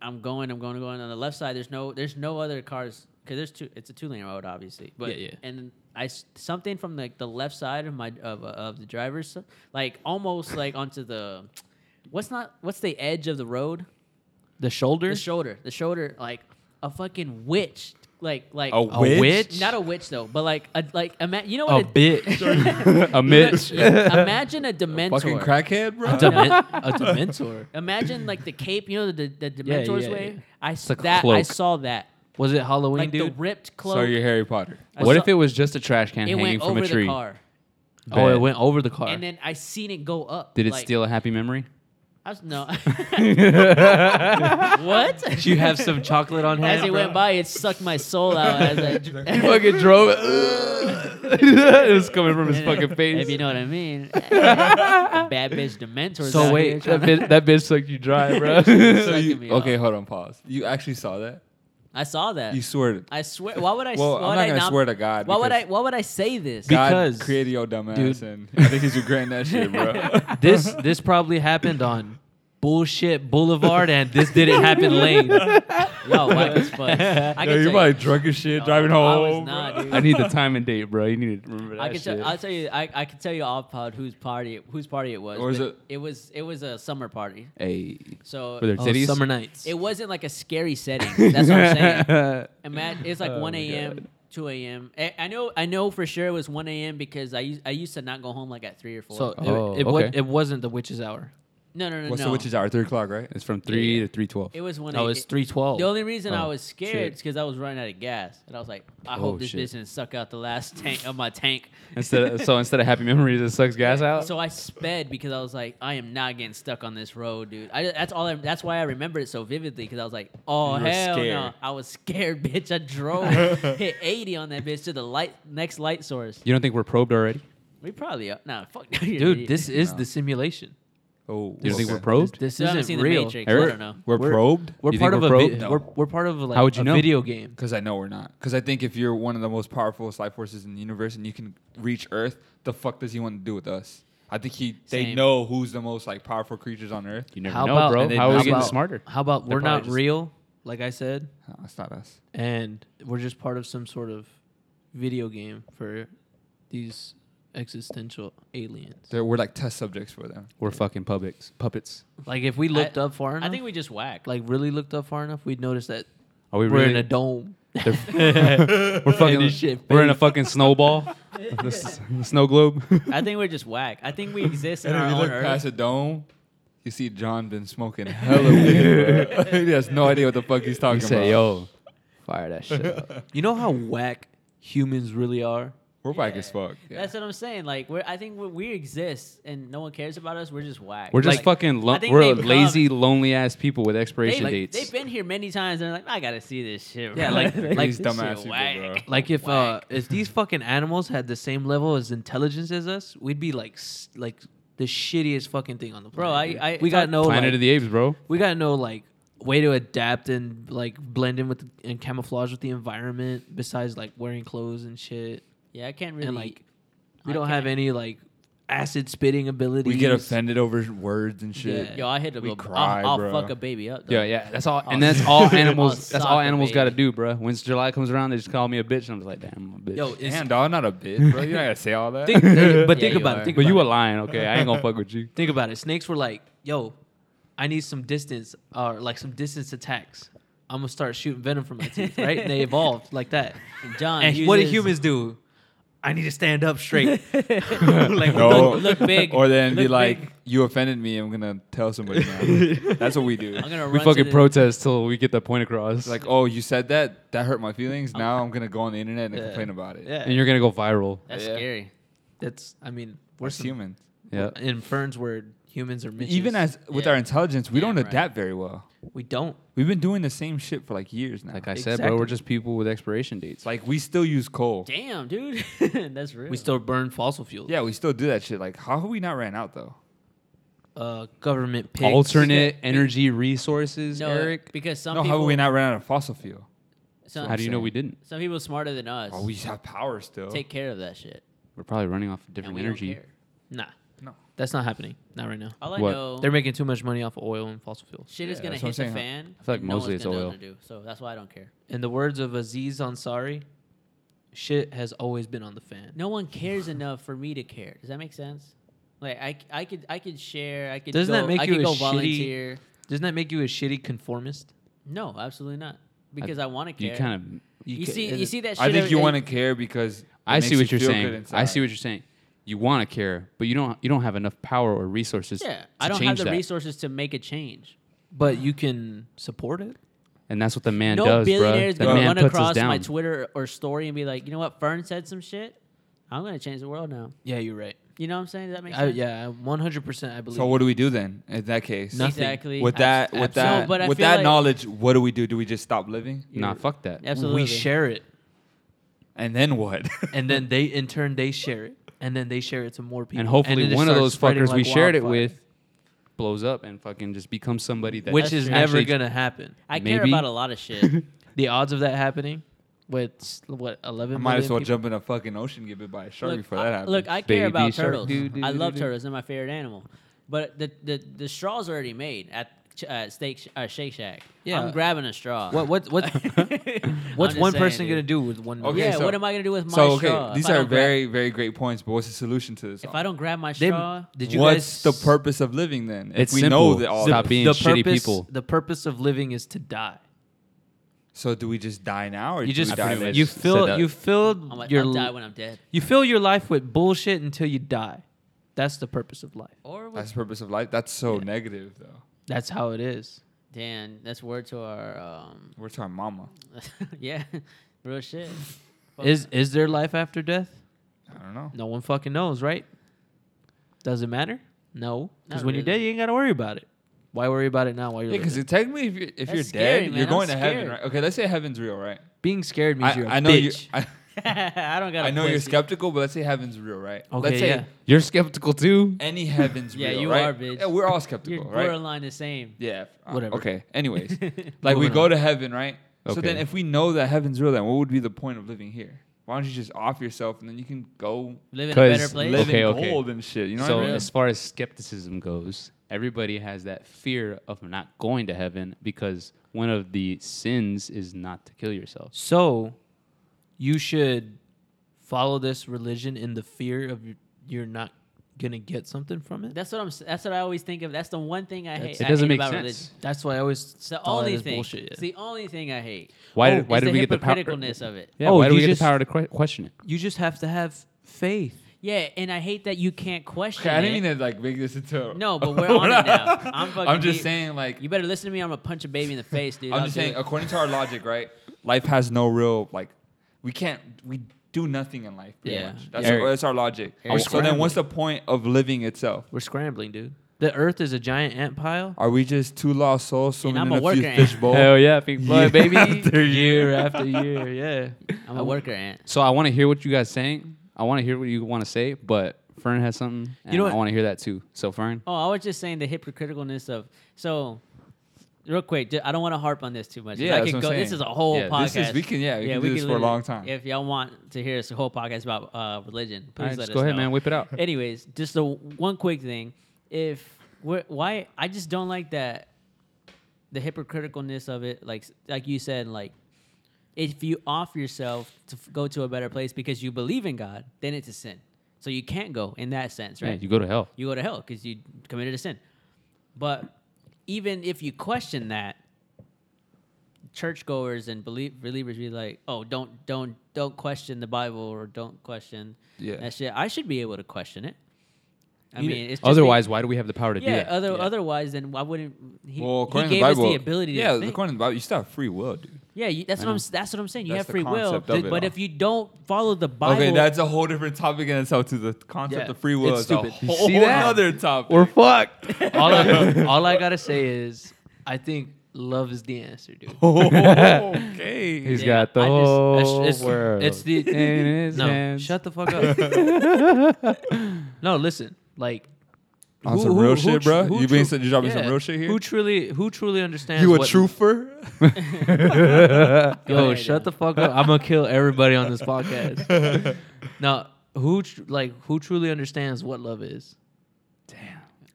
I'm going, I'm going, I'm going on the left side. There's no, there's no other cars because there's two. It's a two lane road, obviously. But
Yeah, yeah.
And I s- something from like the left side of my of, uh, of the driver's s- like almost like onto the what's not what's the edge of the road?
The shoulder.
The shoulder. The shoulder. Like a fucking witch. Like like
A
a witch.
not a witch though, but like a like ima- you know
a
what a-
bitch.
a Mitch.
Yeah, imagine a dementor.
Fucking crackhead, bro.
a, demen- a dementor.
Imagine like the cape, you know the the, the
Yeah,
dementor's
yeah,
way.
yeah.
I
a
that I
cloak.
saw that.
Was it Halloween,
Like the
dude?
ripped cloak.
so you're Harry Potter.
I
What
saw-
if it was just a trash can
it
hanging
went
from
over
a tree?
the car
oh,
Bet.
it went over the car.
and then I seen it go up.
Did it
like-
steal a happy memory?
I was, no. what?
Did you have some chocolate on hand?
As it went
bro?
by, it sucked my soul out. As I, dr-
fucking drove it. it was coming from his fucking
If you
face.
know what I mean. Bad bitch Dementors.
So
out
wait,
here
That bitch, that bitch sucked you dry, bro.
So
sucking
you-
me
okay,
off.
hold on, pause. You actually saw that?
I saw that.
You swear to
I swear. Why would I? s-
Well,
why
I'm
would
not
I
gonna swear to God
Why would I?
because-
Why would I say this?
Be-
God
Because-
created your dumbass,
Dude.
and I think he's regretting that shit, bro.
this this probably happened on bullshit Boulevard, and this didn't happen lane.
Yo, whack as fuck. I can
Yo,
tell
you
you.
probably drunk as shit, driving
I was
home.
not,
bro.
dude.
I need the time and date, bro. You need to remember that
I can
shit.
tell. I'll tell you. I, I can tell you off pod whose party it- whose party it was.
Or is
but
it-
It was it was a summer party.
hey,
So
were there
Oh,
titties?
summer nights.
it wasn't like a scary setting. That's what I'm saying. Imagine it's like 1 a.m., 2 a.m. I, I know, I know for sure it was 1 a.m. because I used I used to not go home like at three or four.
so
Oh,
it, it, wa-
okay.
it wasn't the witch's hour.
no, no, no,
What's
no.
the witch's hour? Three o'clock, right?
It's from three to three twelve.
It was 1
No,
a.m.
it's Oh, three twelve.
The only reason I was scared
shit.
is because I was running out of gas, and I was like, I
Oh,
hope this
shit.
bitch didn't suck out the last tank of my tank.
Instead, of, so instead of happy memories, it sucks gas out.
So I sped because I was like, I am not getting stuck on this road, dude. I, that's all. I, that's why I remember it so vividly because I was like, oh
You were
hell no,
scared.
I was scared, bitch. I drove, hit 80 on that bitch to the light next light source.
you don't think we're probed already?
We probably are. Nah, fuck,
dude. This is the simulation.
Oh,
You don't think
okay.
we're probed?
This
Still haven't
isn't
seen the
real.
Matrix. I
Eric?
don't know.
We're
We're-
probed?
We're
You
part of
think
a
we're
vi-
probed?
No.
we're, we're part of like
How would you
a
know?
video game.
Because I know we're not. Because I think if you're one of the most powerful life forces in the universe and you can reach Earth, the fuck does he want to do with us? I think he they
Same.
know who's the most like powerful creatures on Earth.
You never
How
know,
about-
bro.
and they-
How are
how
we getting
about-
smarter?
How about
They're
we're
probably
not
just-
real? Like I said,
No, it's not us.
and we're just part of some sort of video game for these existential aliens.
They're, we're like test subjects for them.
We're fucking puppets. Puppets.
Like if we looked
I-
up far enough,
I think we just whack.
like really looked up far enough, we'd notice that
Are we
we are
really?
in a dome.
we're fucking.
this shit
we're in a fucking snowball. This is- snow globe.
I think we're just whack. I think we exist in
And
our
if
own
you look past
earth.
a dome, you see John been smoking hella weed. bro. he has no idea what the fuck he's talking
You say,
about.
yo, fire that shit. up.
You know how whack humans really are.
we're whack as fuck. Yeah.
That's what I'm saying. Like, we're, I think we, we exist and no one cares about us. We're just whack.
We're just
Like,
fucking.
I
Lo-
think
we're
they've
lazy, lonely ass people with expiration
They've,
dates.
they've been here many times and they're like, I gotta see this shit.
Yeah,
bro."
like- like
this
These
shit
dumbass people, bro.
Like if uh, if these fucking animals had the same level as intelligence as us, we'd be like s- like the shittiest fucking thing on the
Bro,
planet.
I-
dude.
I
we got
talk-
no
Planet
like,
of the Apes, bro.
we got no like way to adapt and like blend in with the, and camouflage with the environment besides like wearing clothes and shit
Yeah, I can't really.
and like we
I
don't have
can't-
any like acid spitting ability.
we get offended over words and shit.
Yeah.
Yo, I hit a
We
little.
cry,
I'll, I'll
bro.
fuck a baby up. Though.
Yeah, yeah. That's all,
Oh,
and that's
shit.
all
I'll
animals. that's all
suck a
animals got to
baby.
do, bro. Once July comes around, they just call me a bitch, and I'm just like, damn, I'm a bitch.
Yo, it's,
Damn, dog, not a bitch, bro. You're not gonna say all that.
think, but
Yeah,
think
you
about
are.
it. Think
but
about
you a
it.
lion, okay? I ain't gonna fuck with you.
Think about it. Snakes were like, yo, I need some distance or like some distance attacks. I'm gonna start shooting venom from my teeth, right? And they evolved like that.
And John,
And what do
uses-
humans do? I need to stand up straight. like
No.
Look big.
Or then be
Look
like,
big.
you offended me. I'm gonna tell somebody. now." That's what we do.
I'm gonna
We
run to
fucking
the-
protest till we get that point across.
Like, oh, you said that. That hurt my feelings. Now I'm gonna go on the internet and complain about it.
Yeah,
and you're gonna go viral.
That's
Yeah.
scary.
that's. I mean,
We're
we're some,
human.
Yeah.
In Fern's word, humans are bitches.
Even as with our intelligence, we
Damn
don't
right.
adapt very well.
we don't.
We've been doing the same shit for like years now.
Like I said, bro, we're
Exactly.
just people with expiration dates.
Like we still use coal.
Damn, dude. That's real.
We still burn fossil fuels.
Yeah, we still do that shit. Like, how have we not ran out though?
Uh, government pigs.
alternate energy resources,
no,
Eric.
because some
no,
people.
how have we not ran out of fossil fuel?
Some,
How do you know we didn't?
Some people smarter than us
Oh, we have power still.
take care of that shit.
We're probably running off of
And
different
we
energy.
Don't care.
Nah,
no.
that's not happening. Not right now.
All I
What?
know,
They're making too much money off of oil and fossil fuels.
shit is
Yeah,
gonna
that's what
hit the
I'm saying.
fan.
I feel like
and no one's
mostly it's
gonna know
oil.
what to do. So that's why I don't care.
In the words of Aziz Ansari, shit has always been on the fan.
No one cares enough for me to care. Does that make sense? Like I, c- I could I could share. I could.
Doesn't that
go-
make
I
you
could
a
go
shitty-
volunteer?
Doesn't that make you a shitty conformist?
No, absolutely not. Because I, want to care.
You kind of
You,
ca-
see
is
you
it-
see that.
I
shit
think
every-
you
and-
want to care because it
I see
makes
what
you
you're
feel good
saying. I
inside.
see what you're saying. You want to care, but you don't. You don't have enough power or resources.
Yeah,
to
I don't have
change
the
that.
resources to make a change.
But you can support it.
and that's what the man
no
does,
billionaire
bro.
is
The
gonna
man
run
puts
across
us down.
my Twitter or story and be like, you know what, Fern said some shit. I'm gonna change the world now.
Yeah, you're right.
You know what I'm saying? Does that make
I,
sense?
yeah, 100. percent I believe.
So what do we do then in that case?
Nothing.
Exactly.
With that,
Abs- abs-
with
no,
that,
but I
with
feel
that
like-
knowledge, what do we do? Do we just stop living?
Nah, fuck that.
Absolutely.
we share it,
And then what?
and then they in turn they share it, and then they share it to more people.
And hopefully,
it just
one of
starts
those
spreading
fuckers we
like
shared it
wildfire,
with blows up and fucking just becomes somebody that
which
That's
is
true.
never
actually-
gonna happen.
I care
Maybe.
about a lot of shit.
The odds of that happening, with s- what 11
I might as
million
well
people?
jump in a fucking ocean, get bit by a shark
look,
before
I,
that happens.
look, I care
Baby
about
shark,
turtles.
doo, doo,
I
doo,
love
doo.
turtles. They're my favorite animal. But the the, the, straw's already made at ch- at steak sh- uh, Shake Shack.
Yeah.
I'm grabbing a straw.
What what what?
I'm
What's
just
one
saying,
person
dude.
gonna do with one?
Okay,
yeah,
so-
what am I gonna do with my
so okay,
straw?
these
if I
are
don't grab-
very, very great points. But what's the solution to this?
If
all?
I don't grab my
They-
straw,
did you guys,
what's the purpose of living then? If
It's
we know
simple.
that all
Stop
this-
being
the
shitty
purpose,
people.
The purpose of living is to die.
So do we just die now, or
You
do
just
we die
pretty
later?
much
you
said
fill
that.
you
I'm
filled
like,
your
I'll die
li-
when I'm dead.
you fill your life with bullshit until you die. That's the purpose of life.
Or with
That's the purpose of life. That's so negative, though.
That's how it is.
Dan, that's word to our um
Where's our mama?
yeah, real shit. Fuck
Is
that.
is there life after death?
I don't know.
No one fucking knows, right? Does it matter? No, because
Not
when you're dead,
really.
you ain't gotta worry about it. Why worry about it now? While you're
Yeah, because
living?
technically, if you're if you're
That's scary,
dead,
man.
you're
I'm
going to heaven,
scared.
right? Okay, let's say heaven's real, right?
being scared means
I,
you're a
I know you.
bitch.
I,
I don't got.
I know you're
pussy.
skeptical, but let's say heaven's real, right?
Okay,
let's say
yeah.
You're skeptical too.
any heaven's
Yeah,
real,
you
right?
are, bitch.
Yeah, we're all
You're
skeptical, right?
borderline the same.
Yeah. uh,
Whatever.
Okay. Anyways, like we
Moving
go
on.
to heaven, right? So then,
Okay.
if we know that heaven's real, then what would be the point of living here? Why don't you just off yourself and then you can go
Live in a better
'Cause
place.
live
Okay,
in
okay.
gold and shit? You know
so
what I mean?
as far as skepticism goes, everybody has that fear of not going to heaven because one of the sins is not to kill yourself.
So, you should follow this religion in the fear of y- you're not gonna get something from it.
That's what I'm. s- That's what I always think of. That's the one thing I hate.
it
I
doesn't make
hate about
sense.
Religion.
That's why I always
It's the
thought it
only
is
thing.
Bullshit.
It's the only thing I hate.
Why?
Oh,
did, why
It's
did
the
we get the power?
hypocriticalness of it?
Yeah,
Oh,
why do we
you
get
just-
the power to que- question it?
you just have to have faith.
Yeah, and I hate that you can't question
Okay, I didn't
it.
mean to like make this into. a-
No, but we're on it now. I'm fucking.
I'm just
deep.
saying, like,
You better listen to me. I'm gonna punch a baby in the face, dude.
I'm
I'll
just
do
saying,
it.
according to our logic, right? Life has no real like. We can't. We do nothing in life. Pretty
Yeah.
much. That's,
Eric.
our, that's our logic.
Eric.
So then, what's the point of living itself?
We're scrambling, dude. The Earth is a giant ant pile.
Are we just two lost souls swimming
I'm
in
a
a, few
worker ant.
fish bowl?
yeah, Pink
Floyd, baby.
year after year, yeah.
I'm a worker ant.
So I want to hear what you guys saying. I want to hear what you want to say, but Fern has something. And
know
I
what?
want to hear that too. So Fern,
Oh, I was just saying the hypocriticalness of so. Real quick, ju- I don't want to harp on this too much. 'cause
Yeah,
I
that's
could
what
go.
I'm
This
saying.
is a whole
Yeah,
podcast.
this is- we can- yeah, we can do this for a
literally-
long time.
If y'all want to hear us a whole podcast about uh, religion, please
Alright,
let
just
us
go ahead,
know.
man, whip it out.
Anyways, just the one quick thing. If we're, why I just don't like that the hypocriticalness of it. Like like you said, like if you off yourself to f- go to a better place because you believe in God, then it's a sin. So you can't go in that sense,
yeah,
right?
you go to hell.
you go to hell because you committed a sin. But even if you question that, churchgoers and believe, believers be like, "Oh, don't, don't, don't question the Bible or don't question
Yeah.
that shit." I should be able to question it. I
You-
mean, it's just
Otherwise, why do we have the power to
be-
do
yeah,
that?
other,
Yeah.
Otherwise, then why wouldn't he,
Well,
he
according
gave
to the Bible,
us the ability?
yeah,
to think.
according to the Bible, you still have free will, dude.
yeah. You, that's
I
what
know.
I'm. s- That's what I'm saying. You
That's
have
the
free will,
concept of it
but
all.
if you don't follow the Bible,
Okay, that's a whole different topic in itself. To the concept
Yeah,
of free will
it's
is a
stupid. You
whole
see that?
other topic.
We're fucked.
all, I, all I gotta say is, I think love is the answer, dude.
okay.
He's
Yeah,
got the
I just- that's-
whole
it's-
world.
it's the-
in his
No,
hands.
shut the fuck up. no, listen, like
On some real shit,
tru-
bruh?
who
You been
tru-
you dropping some real shit here?
Who truly, who truly understands?
you a
what-
trooper?
Go
Yo,
ahead,
Oh, shut
Dylan.
the fuck up! I'm gonna kill everybody on this podcast. now, who tr- like who truly understands what love is?
Damn.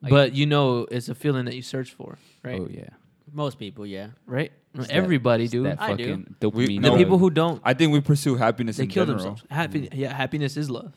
but you know, it's a feeling that you search for, right?
Oh yeah.
most people. Yeah,
Right?
It's that-
Everybody,
it's
dude.
That
I do.
fucking
We-
dopamine
no.
the
drug.
people who don't,
I think we pursue happiness
they
in
kill
general.
themselves. Happy, yeah, happiness is love.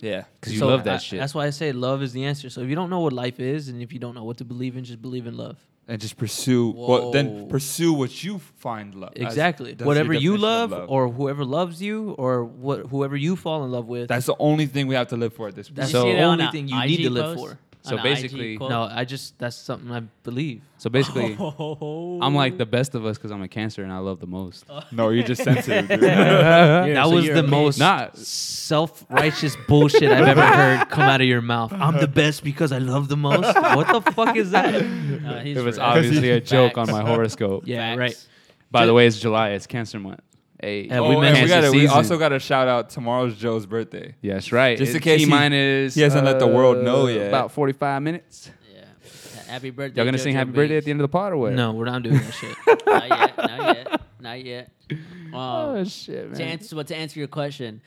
Yeah.
because Mm. you
So
love
I-
that shit.
That's why I say love is the answer. So if you don't know what life is, and if you don't know what to believe in, just believe in love.
And just pursue. Well,
Whoa.
then pursue what you find love. That's-
Exactly.
that's your
Whatever you
definition of
love, or whoever loves you, or what whoever you fall in love with.
that's the only thing we have to live for at this.
That's
point.
So-
the
Did you see that
only
on a
thing you
IG
need to live
post?
for.
So
On a IG
basically-
quote?
No, I just that's something I believe.
so basically,
Oh.
I'm like the best of us because I'm a cancer and I love the most.
no, you're just sensitive. Dude.
that
so
was
you're
the
a man.
most
Nah.
self-righteous bullshit I've ever heard come out of your mouth. I'm the best because I love the most. What the fuck is that?
No, he's
It was
right.
obviously a joke on
Facts.
my horoscope.
Yeah,
Facts.
right.
By the way, it's July. It's Cancer Month. Hey,
Yeah,
Oh,
we
and
mentioned
we,
Cancer
gotta, we
season.
also got to shout out tomorrow's Joe's birthday.
Yes, right.
Just in
It's
case
T
he-
minus. uh,
he hasn't let the world know yet.
About 45 minutes.
Yeah. Happy birthday.
Y'all gonna sing
JoJo
happy birthday at
Banks.
the end of the pod or what?
No, we're not doing that shit.
not yet. Not yet. Not yet.
Oh
Um,
shit,
to
man.
answer, but to answer your question,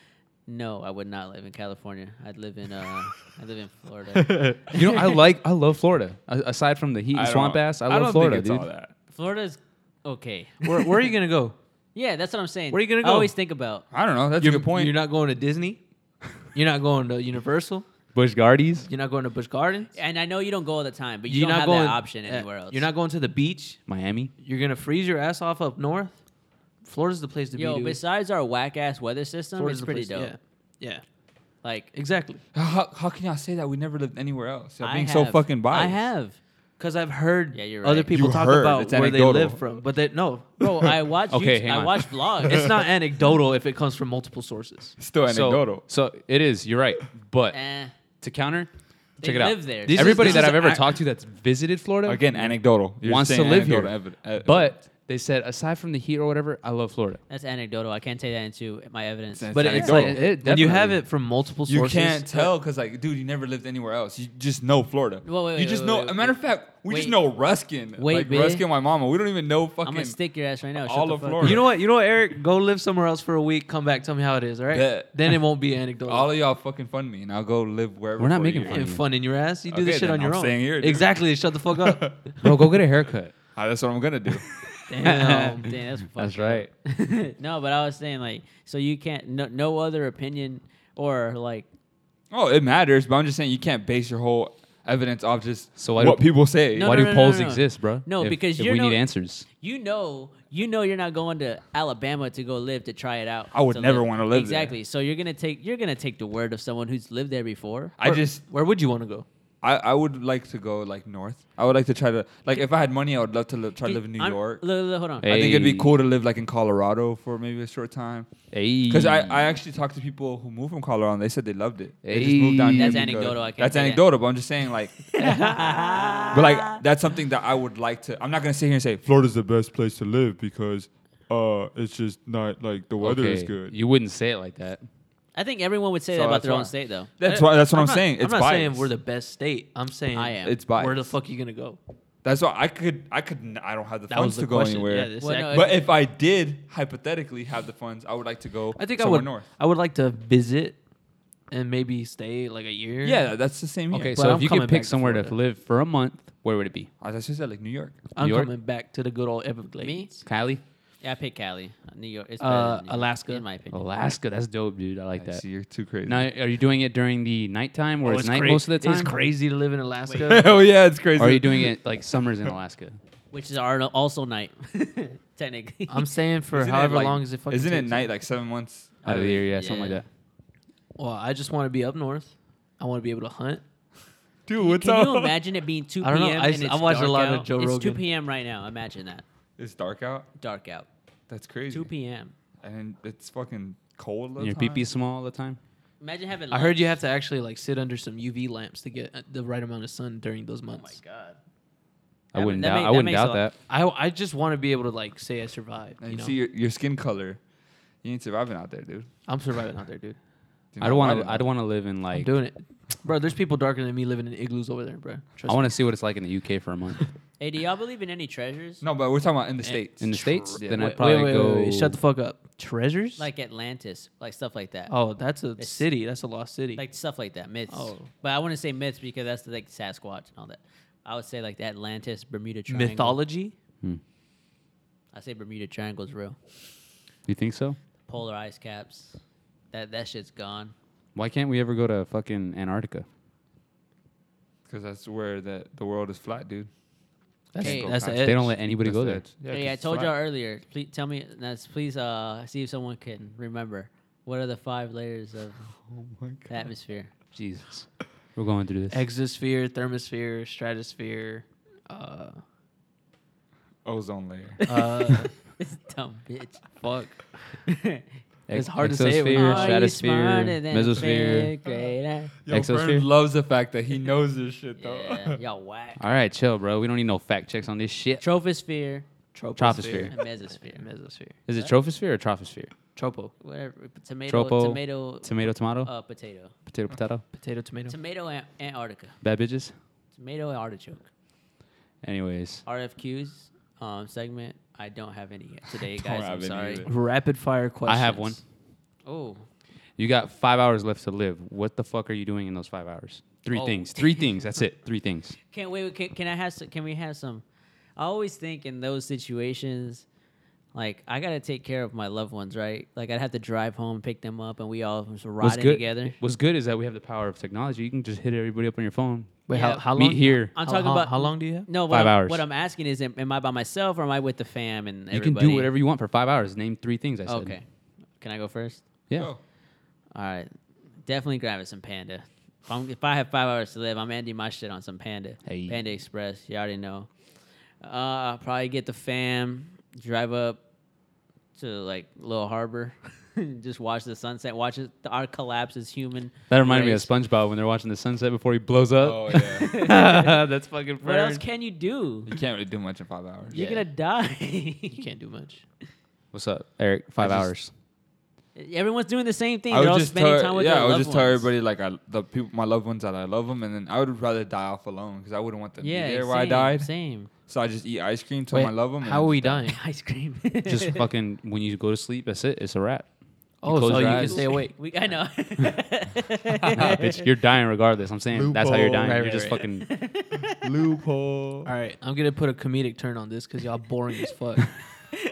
no, I would not live in California. I'd live in uh, I live in Florida.
You know, I like, I love Florida. A- aside from the heat and
I
swamp
don't-
ass, I
I
love
don't
Florida,
think it's
dude.
all that.
Florida's okay.
Where, where are you gonna go?
Yeah, that's what I'm saying.
Where you gonna
I
go?
always think about.
I don't know. That's a good point.
You're not going to Disney. You're not going to Universal.
Bush Gardens.
You're not going to Bush Gardens.
And I know you don't go all the time, but you
You're
don't
not
have
going
that option
uh,
anywhere else.
You're not going to the beach.
Miami.
You're gonna freeze your ass off up north. Florida's the place to
Yo,
be. dude.
besides our whack ass weather system,
Florida's
it's
the
pretty
place-
dope.
Yeah. yeah,
Like
exactly.
How, how can y'all say that we never lived anywhere else? Y'all
I
being so
have-
fucking biased.
I have,
Because I've heard
Yeah, you're
other
right.
people
You
talk
heard.
about
It's
where
anecdotal.
they live from, but they no.
bro. I watch.
Okay,
YouTube,
hang
I
on.
watch vlogs.
It's not anecdotal if it comes from multiple sources.
Still anecdotal.
So, so it is. You're right. But
Eh,
to counter,
They
check it out.
live there. This
is-
Everybody
this
that
is
I've ever
ac-
talked to that's visited Florida
Again, anecdotal. You're
wants to
saying
live here.
anecdotal evi- ev-
but they said aside from the heat or whatever, I love Florida.
that's anecdotal. I can't take that into my evidence.
It's
But
It's
it's like
anecdotal.
it,
When you have
definitely-
it from multiple
you
sources, uh,
can't tell because, like, dude, you never lived anywhere else. You just know Florida.
Wait, wait,
you
wait,
just
wait,
know.
wait,
a matter of
wait.
fact, we just
Wait.
know Ruskin.
Wait,
like
bitch.
Ruskin, my mama. We don't even know
I'm
fucking.
gonna stick your ass right now. Shut
all
the
of
fuck
Florida.
up.
You know what? You know what, Eric? Go live somewhere else for a week. Come back. Tell me how it is. All right.
Bet.
Then it won't be anecdotal.
all of y'all fucking fund me, and I'll go live wherever.
We're not
for
making
you.
fun.
and fun in your ass. You do
Okay,
this shit on
then
your
I'm
own.
staying here, dude.
exactly. Shut the fuck up.
Bro, go get a haircut.
Ah, that's what I'm gonna do.
Damn, damn, Oh, that's,
That's
fucked
right.
up. no, but I was saying like, so you can't no, no other opinion or like
oh, it matters, but I'm just saying you can't base your whole evidence off just
So why
what
do-
people say.
No,
Why
no,
do
no,
polls
no, no.
exist, bro?
No,
If-
because
if
you're
we
no-
need answers.
you know you know you're not going to Alabama to go live to try it out.
I would
to
never wanna live there.
exactly. So you're gonna take you're gonna take the word of someone who's lived there before.
I just
Where would you want to go?
I, I would like to go like north. I would like to try to like if I had money, I would love to li- try
Dude,
to live in New
I'm-
York.
look, look, hold on.
Hey.
I think it'd be cool to live like in Colorado for maybe a short time. Because
E.
I, I actually talked to people who moved from Colorado and they said they loved it. They just moved down
Hey.
here.
That's
because-
anecdotal, I can't
that's
say that.
anecdotal, but I'm just saying like, but like that's something that I would like to. I'm not gonna sit here and say
Florida's the best place to live because uh, it's just not like the weather is
Okay,
good.
You wouldn't say it like that.
I think everyone would say
So
that about
that's
their
why.
own state though.
that's
I-
why. That's what I'm,
not-
saying. It's
Uh, I'm not saying
biased.
we're the best state. I'm saying
I am.
It's
Where the
biased.
fuck you gonna go?
That's why I could I could n- I don't have the
That
funds
was the
to go
question.
anywhere.
Yeah, this
Well, no,
act-
but if I did hypothetically have the funds, I would like to go.
I think I
somewhere
would.
north.
I would like to visit and maybe stay like a year.
Yeah, that's the same. Here.
Okay,
But
so
I'm
if you
coming
could pick
back to
somewhere to
Florida.
live for a month, where would it be?
I just said like New York.
I'm
New York?
coming back to the good old Everglades.
Me?
Kylie,
Yeah, I pick Cali, New York. It's better
Uh,
than New York,
Alaska.
in my opinion.
Alaska. That's dope, dude. I like that.
See, you're too crazy.
Now, are you doing it during the nighttime where
Oh,
it's, night
cra-
most of the time?
It's crazy to live in Alaska.
Hell Oh, yeah, it's crazy.
Or are you doing it like summers in Alaska?
Which is our also night, technically.
Oh. I'm saying for
Isn't it,
however
like-
long is it fucking.
Isn't it
takes.
night like seven months?
Out of the year, yeah, something like
Yeah.
that.
Well, I just want to be up north. I want to be able to hunt.
Dude, what's
Can you imagine it being 2
I
p.m.
don't know. I
and
s-
it's
I watch a
dark
lot of
out?
Joe
It's 2
Rogan.
p.m. right now. Imagine that.
It's dark out.
Dark out.
That's crazy.
2 p.m.
and it's fucking cold. all
And your
the
pee
time.
pee small all the time.
Imagine having.
I heard
lunch.
you have to actually like sit under some UV lamps to get uh, the right amount of sun during those
Oh my
months.
god.
I
That
wouldn't
ma-
doubt.
that ma-
I
that
wouldn't
makes a
doubt
lot-
that.
I I just want to be able to like say I survived.
And
you
you
know?
see your, your skin color. You ain't surviving out there, dude.
I'm surviving out there, dude.
I don't want to. I don't want to live in like.
I'm doing it, bro. There's people darker than me living in igloos over there, bro. Trust
I want to see what it's like in the UK for a month.
Hey, do y'all believe in any treasures?
No, but we're talking about in the states.
In the states,
Yeah.
then
me.
I'd probably go.
Shut the fuck up. Treasures?
Like Atlantis, like stuff like that.
oh, that's a city. That's a lost city.
Like stuff like that, myths.
Oh.
But I wouldn't say myths because that's like Sasquatch and all that. I would say like the Atlantis, Bermuda Triangle.
mythology.
I say Bermuda Triangle's real.
You think so?
Polar ice caps. That that shit's gone.
Why can't we ever go to fucking Antarctica?
because that's where that the world is flat, dude.
That's,
Hey.
that's the
They
edge.
They don't let anybody
That's
go
the
there.
edge. Yeah, 'cause
hey, I
it's
told
flat.
y'all earlier. Please tell me. That's, please uh, see if someone can remember. What are the five layers of
Oh
the atmosphere?
Jesus. We're going through this.
exosphere, thermosphere, stratosphere. Uh,
ozone layer.
uh,
This dumb bitch.
fuck.
Ex-
It's hard to say it when
exosphere,
you're-
Are you
stratosphere,
smarter than
mesosphere.
fifth grader?
Yo,
Exosphere?
Fern loves the fact that he knows this shit though.
Yeah, y'all whack.
All right, chill, bro. We don't need no fact checks on this shit.
Troposphere
Troposphere.
and mesosphere.
Mesosphere.
Is it troposphere or trophosphere?
Tropo.
Whatever. Tomato,
Tropo-
tomato,
Tomato, tomato,
uh, potato.
potato, potato.
Potato, tomato.
Tomato An- Antarctica.
Bad bitches.
Tomato and artichoke.
Anyways,
RFQs um, segment. I don't have any yet today,
Don't
guys.
have
I'm
any
sorry.
either.
Rapid fire
I
questions.
have one.
Oh,
You got five hours left to live. What the fuck are you doing in those five hours? Three
Oh.
things. Three things. That's it. Three things.
can't wait. Can, can I have? Some, can we have some? I always think in those situations, like I gotta take care of my loved ones, right? Like I'd have to drive home, pick them up, and we all
What's
just rotting
good?
together.
What's good is that we have the power of technology. You can just hit everybody up on your phone.
Wait,
Yeah.
how, how long?
Meet here.
I'm
How-
talking
how-
about
how long do you have?
No, what
Five
I'm,
hours.
What I'm asking is, am, am I by myself or am I with the fam and
You
everybody?
can do whatever you want for five hours. Name three things. I said.
Okay, can I go first?
Yeah.
Go.
All right, definitely grabbing some panda. If, I'm, if I have five hours to live, I'm ending my shit on some panda.
Hey.
Panda Express, you already know. Uh, probably get the fam, drive up to like Little Harbor, just watch the sunset, watch it, our collapse as human.
That reminded
race.
me of SpongeBob when they're watching the sunset before he blows up.
Oh yeah.
That's fucking.
What else
Fern.
can you do?
you can't really do much in five hours.
You're gonna die.
You can't do much.
What's up, Eric? Five
I just-
hours.
Everyone's doing the same thing.
I
They're
would
all
just
spending
tell,
time with
yeah,
their
I would
loved
just tell
ones.
everybody like I, the people, my loved ones that I love them, and then I would rather die off alone because I wouldn't want them
Yeah,
to be there
same,
where I died.
Same
So I just eat ice cream till I love them.
how are we dying?
ice cream.
Just fucking when you go to sleep, that's it. It's a wrap.
Oh,
close your
so you can
eyes.
stay awake.
We, I know.
Nah, bitch, you're dying regardless. I'm saying that's how you're
Loophole.
dying.
Right,
you're just
right, right.
fucking
Loophole.
All right, I'm gonna put a comedic turn on this because y'all boring as fuck.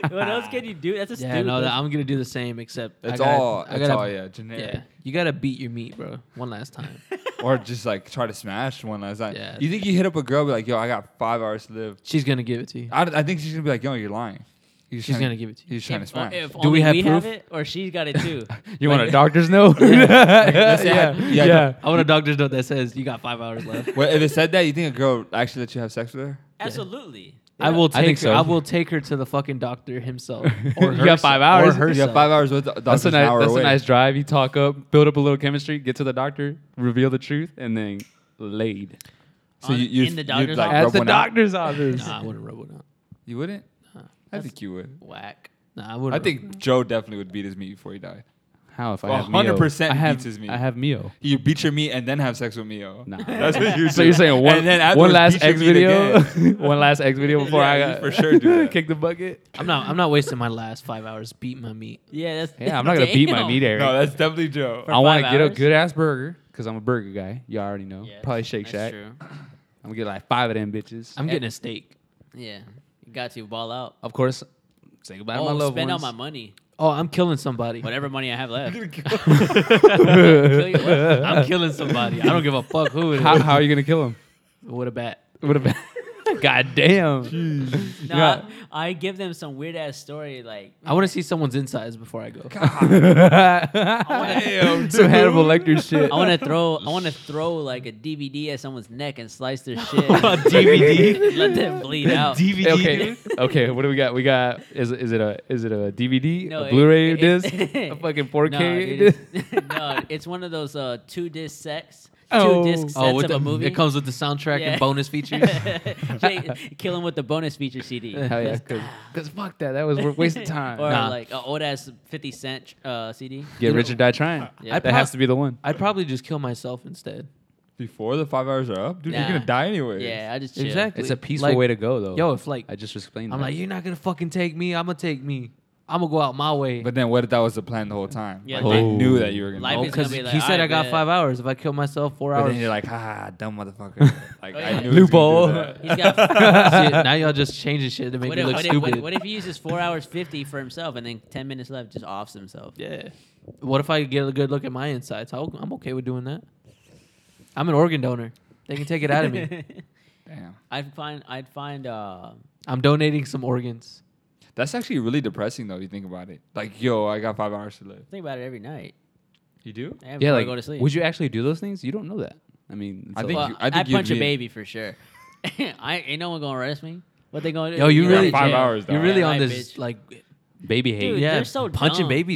what else can you do? That's a
yeah,
stupid.
no, that, I'm gonna do the same except I
It's
gotta-
all.
I
It's
gotta-
all yeah, generic.
yeah, you gotta beat your meat, bro. One last time.
or just like try to smash one last time.
Yeah.
You think you hit up a girl, be like, "Yo, I got five hours to live."
She's gonna give it to you.
I, I think she's gonna be like, "Yo, you're lying." You're
She's gonna give it to you.
You're trying to
if,
smash.
if
Do
only
we
we,
have
have,
proof?
it, or she's got it too.
You want a doctor's note?
Let's say I-
yeah,
yeah.
yeah. I want a doctor's note that says you got five hours left.
Well, if it said that, you think a girl actually let you have sex with her?
Absolutely.
I will
I
take
think
her.
so.
I will take her to the fucking doctor himself. Or
You got
herself-
five hours? You
Or
got
You
herself.
got five hours with the
that's
doctor's
a
an hour
nice. That's
away.
a nice drive. You talk up, build up a little chemistry, get to the doctor, reveal the truth, and then laid
So
On-
you, you'd-
in the
you'd,
doctor's
like,
at
rub
the
one out?
doctor's office.
Nah, I wouldn't rub one out.
You wouldn't? I think you would.
Whack.
Nah, I wouldn't.
I
rub-
think Joe definitely would beat his meat before he died.
How if I
A
have
hundred
Mio?
percent
I have,
beats his meat.
I have Mio.
You beat your meat and then have sex with Mio.
Nah.
That's what you
So
do.
you're saying one,
And then
one
afterwards
last
beat your
X
meat
video,
again.
one last X video before
Yeah,
I
you
got
for sure do that.
kick the bucket.
I'm not. I'm not wasting my last five hours beating my meat.
Yeah, that's.
Yeah, I'm not gonna beat my
Damn.
meat, Eric.
No, that's definitely Joe.
For
I want to
five
get a
hours?
good ass burger because I'm a burger guy. You all already know.
Yeah,
Probably Shake Shack.
That's true.
I'm gonna get like five of them bitches.
I'm getting a steak.
Yeah, you got to ball out.
of course, say goodbye to my
Oh,
loved
spend all
ones.
my money,
Oh, I'm killing somebody.
whatever money I have left.
Kill you what? I'm killing somebody. I don't give a fuck who it is.
how, how are you gonna kill him?
What a bat.
What about? God damn.
no,
Yeah.
I, I give them some weird ass story. Like,
I want to see someone's insides before I go.
Some Hannibal Lecter shit.
I want to throw, I want to throw like a DVD at someone's neck and slice their shit.
DVD?
Let them bleed out.
DVD. Okay. okay. What do we got? We got is is it a is it a DVD?
No,
a
it-
Blu-ray
it-
disc?
it-
a fucking
No,
4K
dude,
disc?
it's- no, it's one of those uh, two disc sets, two
Oh.
disc sets
Oh,
of
with the,
a movie.
it comes with the soundtrack
Yeah.
and bonus features.
Yeah, Kill him with the bonus feature CD.
Hell yeah. Because fuck that. That was wa- wasted time.
or
Nah.
like an old ass fifty cent uh, CD.
Get rich or die trying.
Yeah.
That has to be the one.
I'd probably just kill myself instead.
Before the five hours are up, dude,
Nah.
you're gonna die anyway.
Yeah, I just chill.
Exactly.
It's a peaceful
Like,
way to go, though.
Yo, if like
I just explained.
I'm
that.
like, you're not gonna fucking take me. I'm gonna take me. I'm gonna go out my way.
But then, what if that was the plan the whole time?
Yeah,
Yeah, like, they
life-
knew that you were gonna.
life
die.
Oh,
is gonna be like,
he
"Alright,
said I got
bet."
five hours. If I kill myself, four
But
hours.
then you're like, ah, dumb motherfucker. like
Oh,
I
yeah.
knew he was gonna
Loophole.
do that.
He's got.
See, now y'all just changing shit to make
What
me
if,
look
what, if,
stupid.
what, what if he uses four hours fifty for himself and then ten minutes left just offs himself?
yeah. What if I get a good look at my insides? I'll, I'm okay with doing that. I'm an organ donor. They can take it out of me.
Damn.
I'd find I'd find uh
I'm donating some organs.
That's actually really depressing though. You think about it. Like, yo, I got five hours to live.
think about it every night.
You do?
Yeah,
yeah,
before
like,
I go to sleep.
would you actually do those things? You don't know that. I mean,
I
so-
think
Well,
you-
I
think
would
you'd
punch a
be-
baby for sure. I ain't no one gonna arrest me. What they gonna do?
Yo, you
You're
really
in jail.
Five hours,
You're
dog.
really
Yeah,
on
right,
this
bitch.
like
baby hate.
Dude,
Yeah,
they're so
punching
dumb.
baby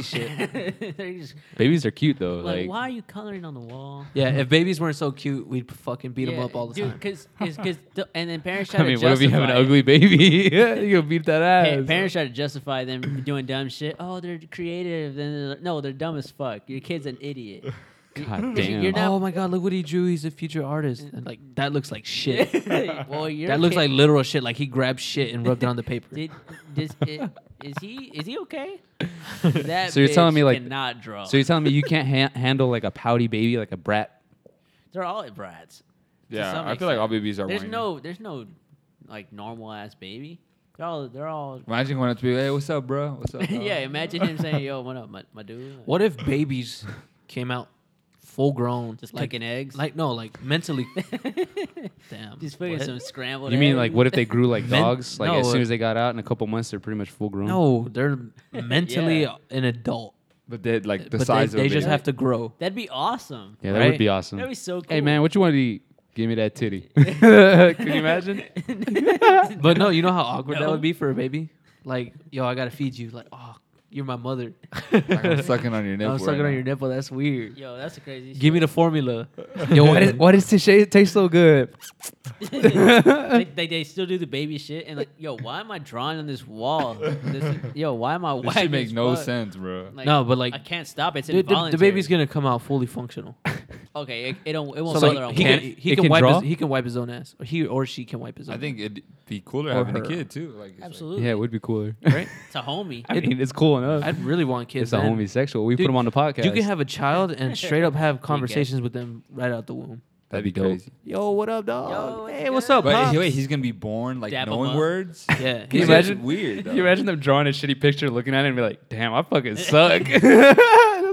shit.
they're just
Babies are cute though.
like,
Like,
why are you coloring on the wall?
yeah. If babies weren't so cute, we'd fucking beat them
Yeah,
up all the
dude,
time.
Cause, it's cause the- and then parents try
I mean,
to
what if you have an
justify it.
ugly baby? You'll beat that
Pa-
ass.
parents try to justify them doing dumb shit. Oh, they're creative. Then they're like, no, they're dumb as fuck. Your kid's an idiot.
God damn.
You're not-
Oh my god, look what he drew. He's a future artist. And, like that looks like shit.
well, your
that looks
kid-
like literal shit. Like he grabbed shit and rubbed it on the paper.
Did, does it, is he is he okay? That
So you're telling
bitch
me, like-
cannot draw.
So you're telling me you can't ha- handle like a pouty baby, like a brat?
they're all brats. To
Yeah,
some
I feel like
extent.
all babies are.
There's
whiny.
no there's no like normal ass baby. They're all they're all
Imagine when it's be, hey, what's up, bro? What's up? dog?"
yeah. Imagine him saying, "Yo, what up, my, my dude?"
What if babies came out full grown,
Just
like
cooking eggs.
Like no, like mentally. Damn.
He's putting
what?
some scrambled.
You mean
egg.
like what if they grew like
Men-
dogs? Like as
no,
soon
uh,
as they got out in a couple months, they're pretty much full grown.
No, they're mentally
Yeah.
an adult,
But they like the
but
size
they, they
of a
just
baby.
have to grow.
That'd be awesome.
Yeah, that would
Right?
be awesome.
That'd be so cool.
Hey man, what you want to eat? Give me that titty. Can you imagine?
But no, you know how awkward that
No.
would be for a baby. Like, yo, I gotta feed you. Like, oh, you're my mother.
Like, I'm sucking on your nipple.
I'm sucking
right
on
now.
your nipple. That's weird.
Yo, that's a crazy.
Give me the formula.
Yo, why does, why does this shit taste so good?
they, they, they still do the baby shit and like, yo, why am I drawing on this wall? This is, yo, why am I?
This
wide
shit makes
as
no
fuck?
sense, bro.
Like,
No, but, like-
I can't stop. It's
Dude, the,
involuntary.
the baby's gonna come out fully functional.
Okay, it, it don't. It won't.
So
So
like, he can,
Can't-
he
it
can,
can
wipe
draw?
his, he can wipe his own ass. Or he or she can wipe his own.
I think it'd be cooler
Or
having
her.
a kid too. Like, it's like-
absolutely.
Yeah, it would be cooler.
ass, right.
It's a homie.
I mean, it's cool enough.
I'd really want kids.
it's a
then.
homosexual. We put
Dude,
him on the podcast.
You can have a child and straight up have conversations with them right out the womb.
that'd be
That'd be dope.
crazy.
Yo, what up, dog?
Yo,
hey,
what's
what's
good?
up,
But
pops?
he- wait, he's gonna be born like
Dab 'em
knowing
up.
words.
yeah.
Can you
It's
imagine-
Weird.
Can you
though.
imagine them drawing a shitty picture, looking at it, and be like, "Damn, I fucking suck."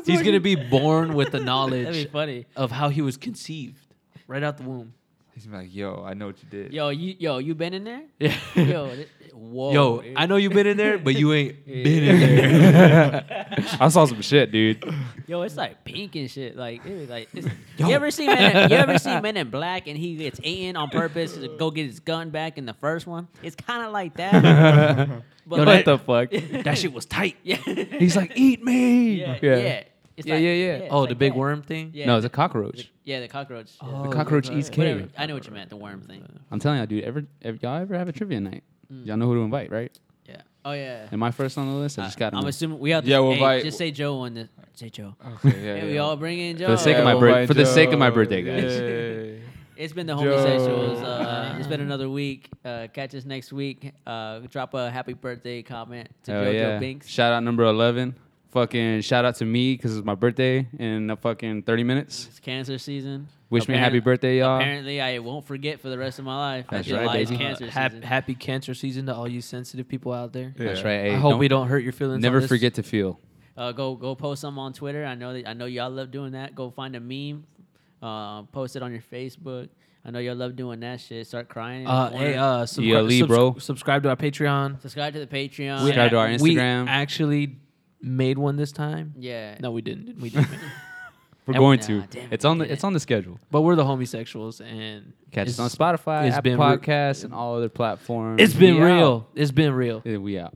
He's gonna be born with the
That'd be
knowledge
funny.
of how he was conceived, right out the womb.
He's gonna be like, yo, I know what you did.
Yo, you yo, you been in there?
Yeah.
Yo, th- whoa.
Yo,
dude.
I know you've been in there, but you ain't been in there.
I saw some shit, dude.
Yo, it's like pink and shit. Like, it was like it's, you ever see men? In, you ever see Men in Black and he gets eaten on purpose to go get his gun back in the first one? It's kind of like that. but
Yo,
like,
what the fuck?
That shit was tight.
yeah,
He's like, "Eat me!"
yeah,
yeah.
yeah. It's
Yeah,
like-
yeah, yeah.
it's
Oh,
like
the big
that.
worm thing.
Yeah,
No, it's a
the,
cockroach.
yeah, the cockroach. yeah.
Oh,
the cockroach
that's
eats
right.
cake.
Whatever. I know what you meant. The worm thing.
I'm telling y'all, dude. Every, every y'all ever have a trivia night? Y'all know who to invite, right?
Yeah. Oh yeah.
Am I first on the list? I just got.
I'm assuming we have. To,
Yeah, we'll
hey,
invite-
just say Joe on the. Say Joe.
Okay, yeah,
Hey, we
yeah.
all bring in Joe.
the sake of my
Yeah,
birth-
by
for the sake of my
Joe.
birthday, guys.
Yay.
It's been the homosexuals. Uh, it's been another week. Uh, catch us next week. Uh, drop a happy birthday comment to
Hell
JoJo
yeah.
Binks.
Shout out number eleven. Fucking shout out to me because it's my birthday in a fucking thirty minutes.
it's cancer season.
Wish me a happy
Apparent-
birthday, y'all.
Apparently, I won't forget for the rest of my life.
That's
July
right,
is
baby.
cancer
Hap-
season.
happy cancer season to all you sensitive people out there.
Yeah.
That's right. Hey,
I hope
don't-
we don't hurt your feelings. on
Never
this.
forget to feel.
Uh, go go post some on Twitter. I know that I know y'all love doing that. Go find a meme. Uh, post it on your Facebook. I know y'all love doing that shit. Start crying. in the
Uh,
corner.
hey, uh, subscri-
Yeah, Lee,
subs-
bro.
subscribe to our Patreon.
subscribe to the Patreon.
Subscribe to our
We
Instagram.
actually made one this time.
Yeah.
No, we didn't. We didn't. make it.
We're
And-
going
Nah,
to.
damn it,
It's on
we
the. It's
didn't.
on the schedule.
but we're the homosexuals, and
Catch us
it's-
on Spotify,
it's
Apple
been re-
Podcasts, and all other platforms.
It's been
We out.
real. It's been real.
Yeah, we out.